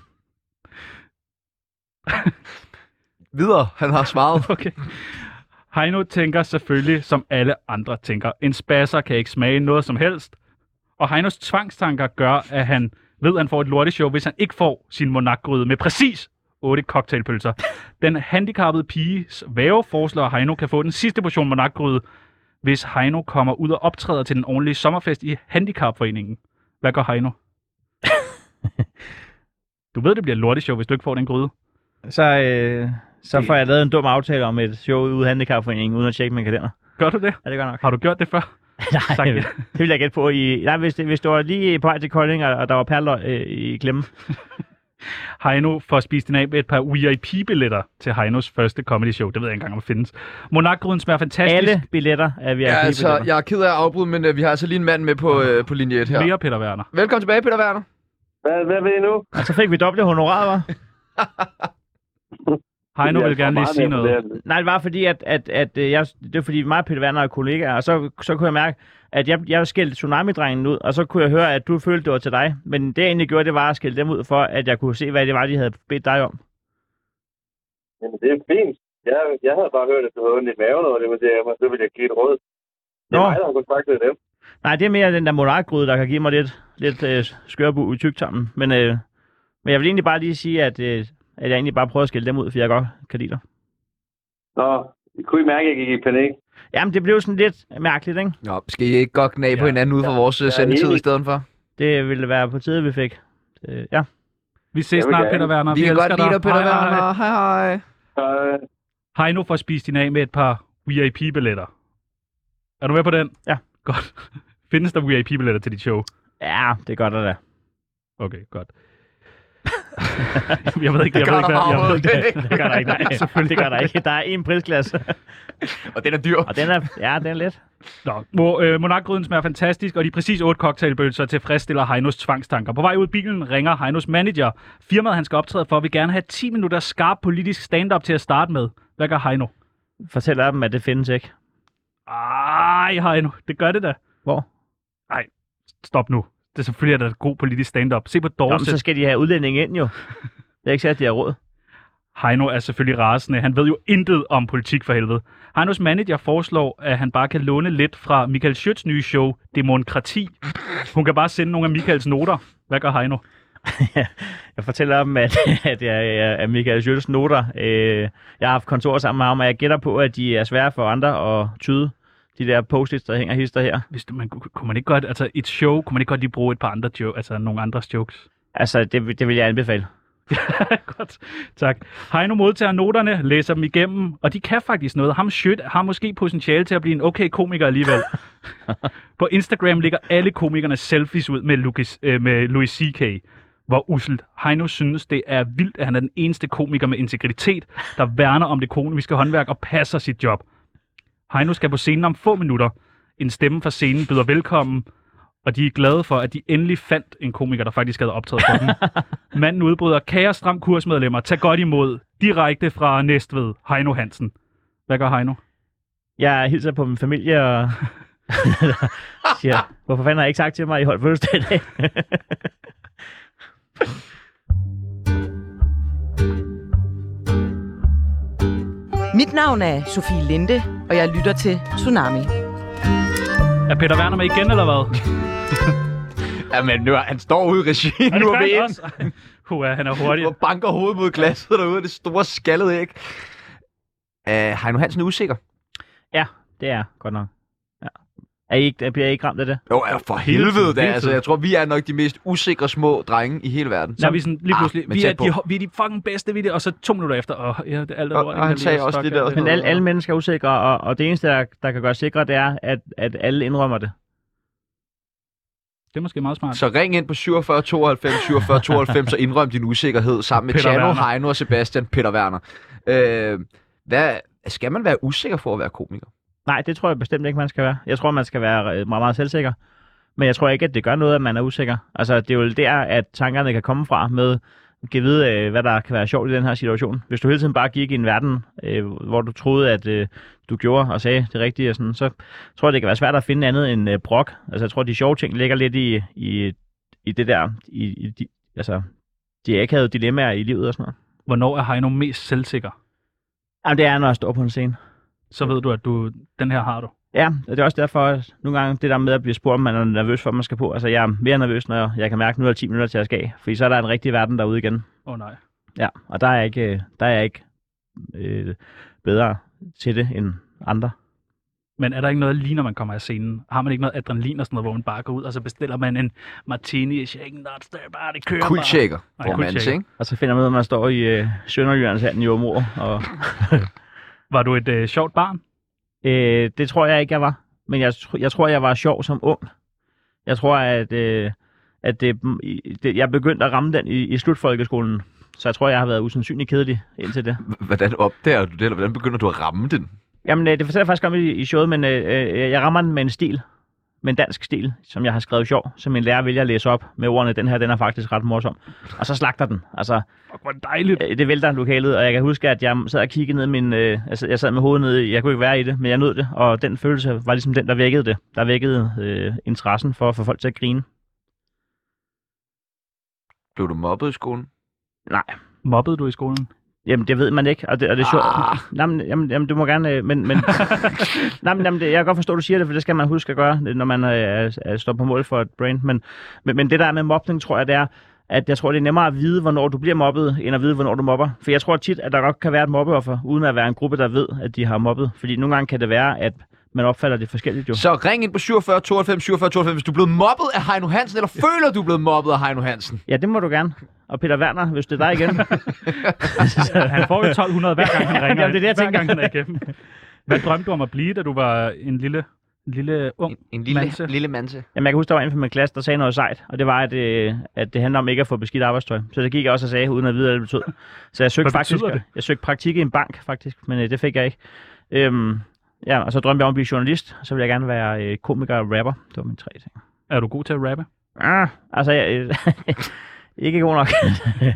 A: Videre, han har svaret.
E: okay. Heino tænker selvfølgelig, som alle andre tænker. En spasser kan ikke smage noget som helst. Og Heinos tvangstanker gør, at han ved, at han får et lorteshow, hvis han ikke får sin monarkgryde med præcis 8 cocktailpølser. Den handicappede piges væve foreslår, at Heino kan få den sidste portion monarkgryde, hvis Heino kommer ud og optræder til den ordentlige sommerfest i Handicapforeningen. Hvad gør Heino? du ved, det bliver et lorteshow, hvis du ikke får den gryde.
D: Så, øh, så får jeg lavet en dum aftale om et show ude i Handicapforeningen, uden at tjekke min kalender.
E: Gør du det?
D: Ja, det gør nok.
E: Har du gjort det før?
D: Nej, det, det vil jeg gætte på. I, nej, hvis, det, hvis du var lige på vej til Kolding, og, og der var perler øh, i klemme.
E: Heino får spist den af med et par VIP-billetter til Heinos første comedy show. Det ved jeg ikke engang, om det findes. Monarkgryden smager fantastisk.
D: Alle billetter er vi
E: Ja,
A: Ja, altså, jeg er ked af at afbryde, men øh, vi har altså lige en mand med på, øh, på linje 1 her.
E: Mere Peter Werner.
A: Velkommen tilbage, Peter Werner.
N: Hvad, hvad vil I nu?
D: Og så fik vi dobbelt honoraret, var?
E: Heino vil gerne lige sige noget.
D: Nej, det var fordi, at, at, at øh, jeg, det var fordi mig og Peter Werner er kollegaer, og så, så kunne jeg mærke, at jeg, jeg skældte tsunami-drengen ud, og så kunne jeg høre, at du følte, det var til dig. Men det, jeg egentlig gjorde, det var at skælde dem ud for, at jeg kunne se, hvad det var, de havde bedt dig om.
N: Jamen, det er fint. Jeg, jeg havde bare hørt, at du havde ondt i maven over det, men det er, så ville jeg give et råd. Det er
D: Nå.
N: mig, der har kontaktet dem.
D: Nej, det er mere den der monarkgryde, der kan give mig lidt, lidt øh, skørbu i tygtarmen. Men, øh, men jeg vil egentlig bare lige sige, at, øh, at jeg egentlig bare prøver at skælde dem ud, for jeg godt kan lide dig.
N: Nå, kunne I mærke, at jeg gik i panik?
D: Jamen, det blev sådan lidt mærkeligt, ikke?
A: Nå, skal I ikke godt knæ på hinanden ude for vores øh,
D: Jeg er
A: sendetid
D: enig.
A: i stedet for?
D: Det ville være på tide, vi fik. Øh, ja.
E: Vi ses snart, Peter Werner.
A: Vi, kan
E: elsker
A: godt lide dig, Peter
E: Hej, hej.
A: Werner. Hej, hej.
N: Hej.
E: Heino får spist din af med et par VIP-billetter. Er du med på den?
D: Ja.
E: Godt. Findes der VIP-billetter til dit show?
D: Ja, det gør der da.
E: Okay, godt. jeg ved ikke, jeg
D: Det
E: ved
D: gør der
E: ikke, hvad, jeg ved
D: overhovedet
E: ikke,
D: ikke.
E: det gør der ikke, nej.
D: Selvfølgelig. Det gør der ikke. Der er én prisklasse.
A: Og den er dyr.
D: Og den er, ja, den er let.
E: Nå, Mo- øh, Monarkgryden smager fantastisk, og de præcis otte cocktailbølser tilfredsstiller Heinos tvangstanker. På vej ud i bilen ringer Heinos manager. Firmaet, han skal optræde for, vil gerne have 10 minutter skarp politisk stand-up til at starte med. Hvad gør Heino?
D: fortæller dem, at det findes ikke.
E: Ej, Heino, det gør det da.
D: Hvor?
E: Nej, stop nu. Det er selvfølgelig, at der god politisk stand-up. Se på
D: Jamen,
E: Dorset.
D: så skal de have udlændinge ind jo. Det er ikke sikkert, de har råd.
E: Heino er selvfølgelig rasende. Han ved jo intet om politik for helvede. Heinos manager foreslår, at han bare kan låne lidt fra Michael Schøtts nye show, Demokrati. Hun kan bare sende nogle af Michaels noter. Hvad gør Heino?
D: Jeg fortæller dem, at, at jeg jeg er Michael Schøttes noter. Øh, jeg har haft kontor sammen med ham, og jeg gætter på, at de er svære for andre at tyde de der post-its, der hænger hister her.
E: Hvis du, man, kunne man ikke godt, altså et show, kunne man ikke godt lige bruge et par andre jokes, altså nogle andres jokes?
D: Altså, det, vil- det vil jeg anbefale.
E: Godt. Tak. Heino modtager noterne, læser dem igennem, og de kan faktisk noget. Ham Schødt har måske potentiale til at blive en okay komiker alligevel. På Instagram ligger alle komikerne selfies ud med, Lucas, øh, med Louis C.K. Hvor uselt. Heino synes, det er vildt, at han er den eneste komiker med integritet, der værner om det komiske håndværk og passer sit job. Heino skal på scenen om få minutter. En stemme fra scenen byder velkommen, og de er glade for, at de endelig fandt en komiker, der faktisk havde optaget for dem. Manden udbryder, kære stram kursmedlemmer, tag godt imod, direkte fra Næstved, Heino Hansen. Hvad gør Heino?
D: Jeg hilser på min familie og siger, hvorfor fanden har I ikke sagt til mig, at I holdt fødselsdag i dag?
F: Mit navn er Sofie Linde, og jeg lytter til Tsunami.
E: Er Peter Werner med igen, eller hvad?
A: Jamen, nu er, han står ude i regien, nu er vi ind.
E: Hua, han er hurtig.
A: Og banker hovedet mod glasset derude, af det store skaldede æg. Uh, Heino Hansen er usikker.
D: Ja, det er godt nok. Ja. Er I ikke, bliver I ikke ramt af det?
A: Jo, ja, for
D: Hele
A: helvede
D: tiden,
A: da.
D: hele
A: Altså,
D: tiden.
A: jeg tror, vi er nok de mest usikre små drenge i hele verden.
E: Så er vi sådan lige pludselig,
A: ah,
E: ah, vi, er de, vi er de fucking bedste, vi er det, og så to minutter efter, og ja, det er alt er lort. jeg bliver stuck af
D: Men alle, alle mennesker er usikre, og, og det eneste, der, der kan gøre sikre, det er, at, at alle indrømmer det.
E: Det er måske meget smart.
A: Så ring ind på 47 92 47 92 og indrøm din usikkerhed sammen med
E: Peter
A: Chano,
E: Werner.
A: Heino og Sebastian Peter Werner. Øh, hvad, skal man være usikker for at være komiker?
D: Nej, det tror jeg bestemt ikke, man skal være. Jeg tror, man skal være øh, meget, meget selvsikker. Men jeg tror ikke, at det gør noget, at man er usikker. Altså, det er jo der, at tankerne kan komme fra med, kan vide, øh, hvad der kan være sjovt i den her situation. Hvis du hele tiden bare gik i en verden, øh, hvor du troede, at øh, du gjorde og sagde det rigtige, og sådan, så tror jeg, det kan være svært at finde andet end øh, brok. Altså, jeg tror, de sjove ting ligger lidt i, i, i det der, i, i de, altså, de akavede dilemmaer i livet og sådan noget.
E: Hvornår er Heino mest selvsikker?
D: Jamen, det er, når jeg står på en scene.
E: Så ved du, at du, den her har du.
D: Ja, og det er også derfor, at nogle gange det der med at blive spurgt, om man er nervøs for, at man skal på. Altså, jeg er mere nervøs, når jeg, jeg kan mærke, at nu er der 10 minutter til, at jeg skal af. Fordi så er der en rigtig verden derude igen.
E: Åh oh, nej.
D: Ja, og der er jeg ikke, øh, der er jeg ikke øh, bedre til det end andre.
E: Men er der ikke noget lige, når man kommer af scenen? Har man ikke noget adrenalin og sådan noget, hvor man bare går ud, og så bestiller man en martini, shaken, not stir, bare det kører bare. Nej, kuldshaker.
D: Og så finder man ud af, at man står i øh, Sønderjyllands i Åmor. Og...
E: var du et øh, sjovt barn?
D: Øh, det tror jeg ikke, jeg var. Men jeg, tr- jeg tror, jeg var sjov som ung. Jeg tror, at, øh, at det, i- det, jeg begyndte at ramme den i, i slutfolkeskolen. Så jeg tror, jeg har været usandsynlig kedelig indtil det.
A: Hvordan opdager du det, eller hvordan begynder du at ramme den?
D: Jamen, øh, det fortæller jeg faktisk om i, i showet, men øh, øh, jeg rammer den med en stil. Med en dansk stil, som jeg har skrevet sjov, som min lærer vælger at læse op med ordene, den her, den er faktisk ret morsom. Og så slagter den. Altså,
E: Fuck, hvor dejligt.
D: Øh, det vælter lokalet, og jeg kan huske, at jeg sad og kiggede ned i min... Øh, altså, jeg sad med hovedet nede, i- jeg kunne ikke være i det, men jeg nød det. Og den følelse var ligesom den, der vækkede det. Der vækkede øh, interessen for at få folk til at grine.
A: Blev du mobbet i skolen?
D: Nej.
E: Mobbede du i skolen?
D: Jamen, det ved man ikke, og det, og det er sjovt. Nej, men, jamen, jamen, du må gerne... øh, Men, men, nej, men, jamen, det, jeg kan godt forstå, at du siger det, for det skal man huske at gøre, når man øh, er, er, står på mål for et brand. Men, men, men det der er med mobning, tror jeg, det er, at jeg tror, det er nemmere at vide, hvornår du bliver mobbet, end at vide, hvornår du mobber. For jeg tror tit, at der godt kan være et mobbeoffer, uden at være en gruppe, der ved, at de har mobbet. Fordi nogle gange kan det være, at man opfatter det forskelligt jo.
A: Så ring ind på 47 92 47 92, hvis du er blevet mobbet af Heino Hansen, eller føler du er blevet mobbet af Heino Hansen?
D: Ja, det må du gerne. Og Peter Werner, hvis det er dig igen.
E: Altså, Han får jo 1200 hver gang, han ringer.
D: Jamen, det er det, jeg tænker.
E: hver gang, han er igennem. Hvad drømte du om at blive, da du var en lille, en lille ung
A: en
D: lille-
A: lille manse?
D: Jamen, jeg kan huske, der var en fra min klasse, der sagde noget sejt, og det var, at, øh, at det handler om ikke at få beskidt arbejdstøj. Så det gik jeg også og sagde, uden at vide, hvad det betød. Så jeg søgte,
E: Hvad
D: faktisk,
E: betyder
D: jeg,
E: det?
D: jeg søgte praktik i en bank, faktisk, men øh, det fik jeg ikke. Øhm, ja, og så drømte jeg om at blive journalist, og så ville jeg gerne være øh, komiker og rapper. Det var mine tre ting.
E: Er du god til at rappe?
D: Ah, altså, jeg, øh, ikke god nok.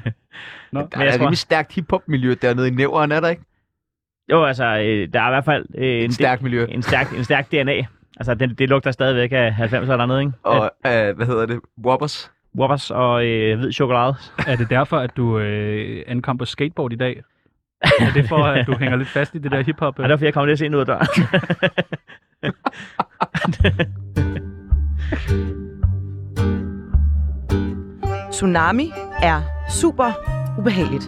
E: Nå,
A: Der er et rimelig stærkt hiphop-miljø dernede i næveren, er der ikke?
D: Jo, altså, øh, der er i hvert fald... Øh, en, en
A: stærk miljø.
D: En stærk, en stærk DNA. Altså, det, det lugter stadigvæk af 90'erne dernede, ikke?
A: Og øh, hvad hedder det? Whoppers?
D: Whoppers og øh, hvid chokolade.
E: Er det derfor, at du øh, ankom på skateboard i dag? Er det for, at du hænger lidt fast i det der hiphop? øh?
D: Og derfor jeg kom lidt sent ud af døren.
F: Tsunami er super ubehageligt.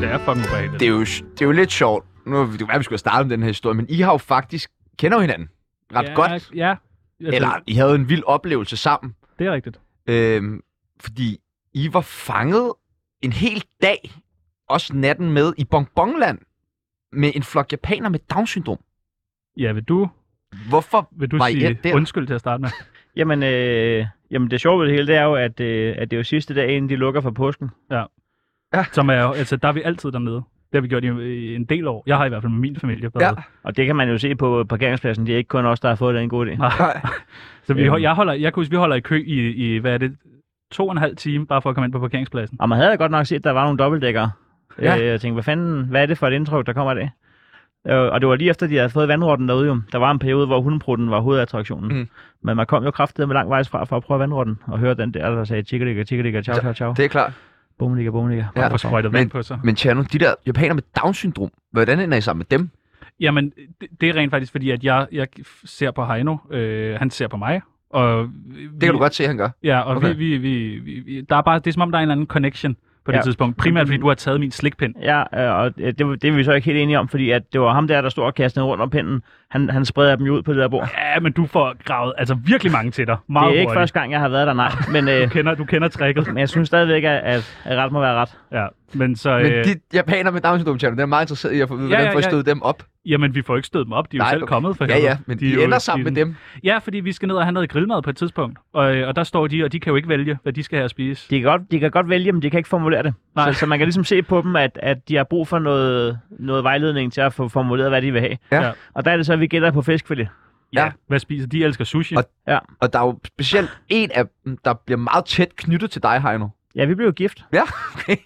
E: Det er fucking ubehageligt.
A: Det er jo, det er jo lidt sjovt. Nu det kan være, vi skulle have startet med den her historie, men I har jo faktisk kender jo hinanden ret
E: ja,
A: godt.
E: Ja,
A: Eller I havde en vild oplevelse sammen.
E: det er rigtigt.
A: Øhm, fordi I var fanget en hel dag, også natten med, i Bongbongland, med en flok japanere med Down-syndrom.
E: Ja, vil du?
A: Hvorfor
E: vil du
A: var I
E: sige
A: der?
E: undskyld til at starte med?
D: Jamen, øh, jamen det sjove ved det hele, det er jo, at, øh, at det er jo sidste dag, inden de lukker for påsken.
E: Ja. ja. Som er, jo- altså, der er vi altid dernede. Det har vi gjort i, i en del år. Jeg har i hvert fald med min familie været. Ja.
D: Og det kan man jo se på parkeringspladsen. Det er ikke kun os, der har fået den gode idé.
E: Nej. Så vi,
D: Øhm.
E: jeg, holder, jeg kan huske, vi holder i kø i, i hvad er det, to og en halv time, bare for at komme ind på parkeringspladsen.
D: Og man havde da godt nok set, at der var nogle dobbeltdækkere.
E: Ja.
D: Ja. Øh, jeg tænkte, hvad fanden, hvad er det for et indtryk, der kommer af det? Øh, og det var lige efter, de havde fået vandrotten derude jo. Der var en periode, hvor hundeprutten var hovedattraktionen.
A: Mm.
D: Men man kom jo kraftedet med lang vejs fra for at prøve vandrotten og høre den der, der sagde tjekkeligger, tjekkeligger, ciao, ciao, ciao.
A: Det er klart.
D: Bumligger, bumligger.
E: Bare få sprøjtet vand på sig.
A: Men Chano, de der japanere med Down-syndrom, hvordan ender I sammen med dem?
E: Jamen, det, det er rent faktisk, fordi at jeg, jeg ser på Heino, øh, han ser på mig. Og det
A: kan du godt se, han gør.
E: Ja, og okay.
A: Okay.
E: vi, vi, vi, vi, der er bare, det er som om, der er en eller anden connection på det
D: Ja.
E: tidspunkt. Primært fordi du har taget min slikpind.
D: Ja, øh, og øh, det, var- det er vi så ikke helt enige om, fordi at det var ham der, der stod og kastede rundt om pinden. Han, han spreder dem jo ud på det der bord.
E: Ja, men du får gravet altså virkelig mange til dig. Meget
D: det er ikke
E: hurtigt.
D: første gang, jeg har været der, nej. Men, øh, du,
E: kender, du kender tricket.
D: Men jeg synes stadigvæk, at, at ret må være ret.
E: Ja, men så... øh,
A: Men de japanere med Down-syndrom, Chano, det er meget interesseret i at få ja, hvordan ja, får I stødet dem op?
E: Jamen, vi får ikke stødt dem op. De er jo
A: Nej,
E: selv
A: okay.
E: kommet for
A: Ja,
E: helvede.
A: ja, men
E: er
A: de
E: jo
A: ender
E: i
A: sammen med
E: den-
A: dem.
E: Ja, fordi vi skal ned og have noget grillmad på et tidspunkt. Og, øh, og der står de, og de kan jo ikke vælge, hvad de skal have at spise.
D: De kan godt, de kan godt vælge, men de kan ikke formulere det.
E: Nej.
D: Så, så man kan ligesom se på dem, at, at de har brug for noget, noget vejledning til at få formuleret, hvad de vil have.
E: Ja.
D: Og der er det så, at vi gætter på fiskfilet.
E: Ja. ja. Hvad spiser de? elsker sushi.
A: Og,
D: ja.
A: og der er jo specielt en af dem, der bliver meget tæt knyttet til dig, Heino.
D: Ja, vi blev jo gift.
A: Ja,
D: okay.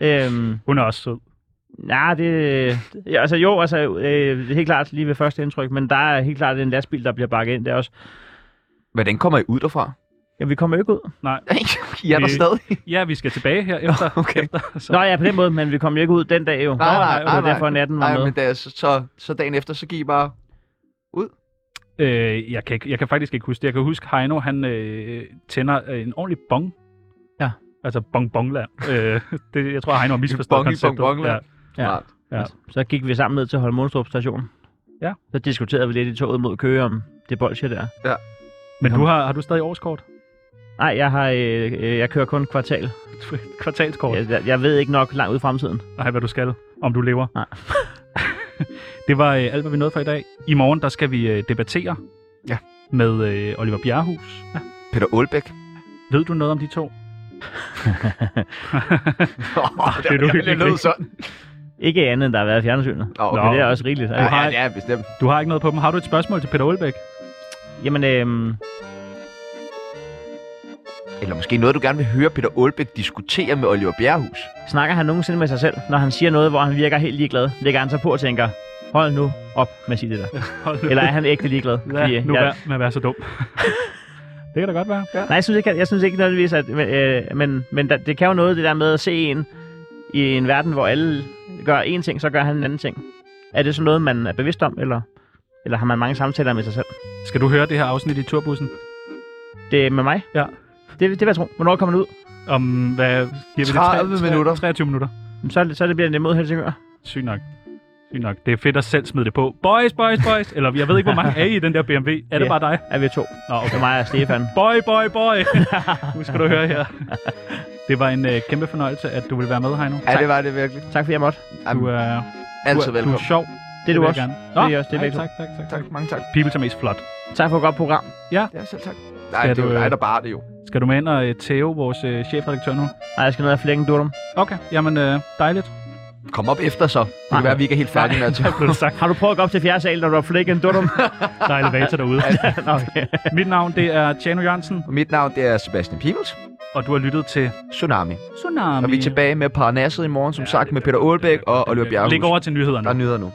D: øhm,
E: Hun er også sød.
D: Nej, det... Ja, altså jo, altså, øh, det er helt klart lige ved første indtryk, men der er helt klart en lastbil, der bliver bakket ind der også.
A: Hvordan kommer I ud derfra?
D: Ja, vi kommer jo ikke ud.
E: Nej.
A: I er der stadig?
E: Ja, vi skal tilbage her efter. okay. efter så.
D: Nå ja, på den måde, men vi kom jo ikke ud den dag jo.
A: Nej, nej, nej.
D: Det var
A: nej,
D: derfor, natten var
A: nej,
D: med.
A: men da, så, så, så dagen efter, så gik I bare...
E: Øh, jeg, kan, ikke- jeg kan faktisk ikke huske det. Jeg kan huske, Heino, han øh, tænder øh, en ordentlig bong.
D: Ja.
E: Altså bongbongland. øh, det, jeg tror, Heino har misforstået
D: Bong i
E: konceptet.
D: bongbongland.
E: Ja. Ja.
D: Ja. Så gik vi sammen ned til Holm Monstrup station.
E: Ja.
D: Så diskuterede vi lidt i toget mod Køge om det bolsje der.
A: Ja.
E: Men du har, har du stadig årskort?
D: Nej, jeg, har, øh, øh, jeg kører kun kvartal.
E: Kvartalskort?
D: Jeg, jeg, jeg ved ikke nok langt ud i fremtiden.
E: Nej, hvad du skal. Om du lever.
D: Nej.
E: det var øh, alt, hvad vi nåede for i dag. I morgen, der skal vi øh, debattere
A: ja.
E: med øh, Oliver Bjerrehus. Ja.
A: Peter Aalbæk.
E: Ved du noget om de to?
A: det, det, det, det lød sådan.
D: Ikke andet, end der har været i fjernsynet.
A: Nå,
E: okay.
D: Men det er også rigeligt.
A: Ja, ja, det er bestemt.
E: Du har ikke noget på dem. Har du et spørgsmål til Peter Olbæk?
D: Jamen, øhm,
A: Eller måske noget, du gerne vil høre Peter Aalbæk diskutere med Oliver Bjerrehus.
D: Snakker han nogensinde med sig selv, når han siger noget, hvor han virker helt ligeglad? Lægger han sig på og tænker, hold nu op med at sige det der.
E: Hold nu.
D: Eller er han ægte ligeglad? Fordi
E: Ja, nu
D: jeg-
E: jeg... med at være så dum. det kan da godt være. Ja.
D: Nej, jeg synes ikke, jeg synes ikke nødvendigvis, at... Øh, men men der, det kan jo noget, det der med at se en i en verden, hvor alle gør én ting, så gør han en anden ting. Er det sådan noget, man er bevidst om, eller, eller har man mange samtaler med sig selv?
E: Skal du høre det her afsnit i turbussen?
D: Det er med mig?
E: Ja.
D: Det, det vil jeg tro. Hvornår kommer den ud?
E: Om hvad? Giver vi
D: 30
E: det tre- tre-
D: minutter.
E: 23 minutter.
D: Jamen, Så, er det- så er det bliver det mod Helsingør.
E: Sygt nok. Sygt nok. Det er fedt at selv smide det på. Boys, boys, boys. Eller jeg ved ikke, hvor mange er I i den der BMW. Er det
D: Ja,
E: bare dig?
D: Er vi to?
E: Nå, okay.
D: Det er mig og Stefan.
E: Boy, boy, boy. nu skal du høre her. Det var en øh, kæmpe fornøjelse, at du ville være med, Heino.
A: Ja, det var det virkelig.
D: Tak fordi jeg måtte.
E: Du er,
A: Altid
E: du er, du
A: velkommen.
E: er sjov.
D: Det er du
E: vil jeg
D: også.
E: gerne.
D: Det er I også. Det er
E: ej,
D: begge to.
E: tak, tak, tak, tak.
A: Mange tak.
E: People til mest flot.
D: Tak for et godt program.
E: Ja.
A: Ja, selv tak. Nej,
E: Skal
A: det er
E: du,
A: jo
E: øh,
A: dig, der bare det jo.
E: Skal du med ind og øh, tæve vores øh, chefredaktør nu?
D: Nej, jeg skal ned og flække en durum.
E: Okay, jamen øh, dejligt.
A: Kom op efter så. Det kan være, vi ikke er helt færdige med at tage.
D: Har du prøvet at gå op til fjerde sal, når du har flækket en durum?
E: Der er elevator derude.
D: okay.
E: Mit navn det er Tjano Jørgensen,
A: Og Mit navn det er Sebastian Pibels.
E: og du har lyttet til
A: Tsunami.
E: Tsunami.
A: Og vi er tilbage med Paranasset i morgen, som sagt, med Peter Aalbæk og Oliver Bjerghus.
E: Læg over til nyhederne.
A: Der er nyheder nu.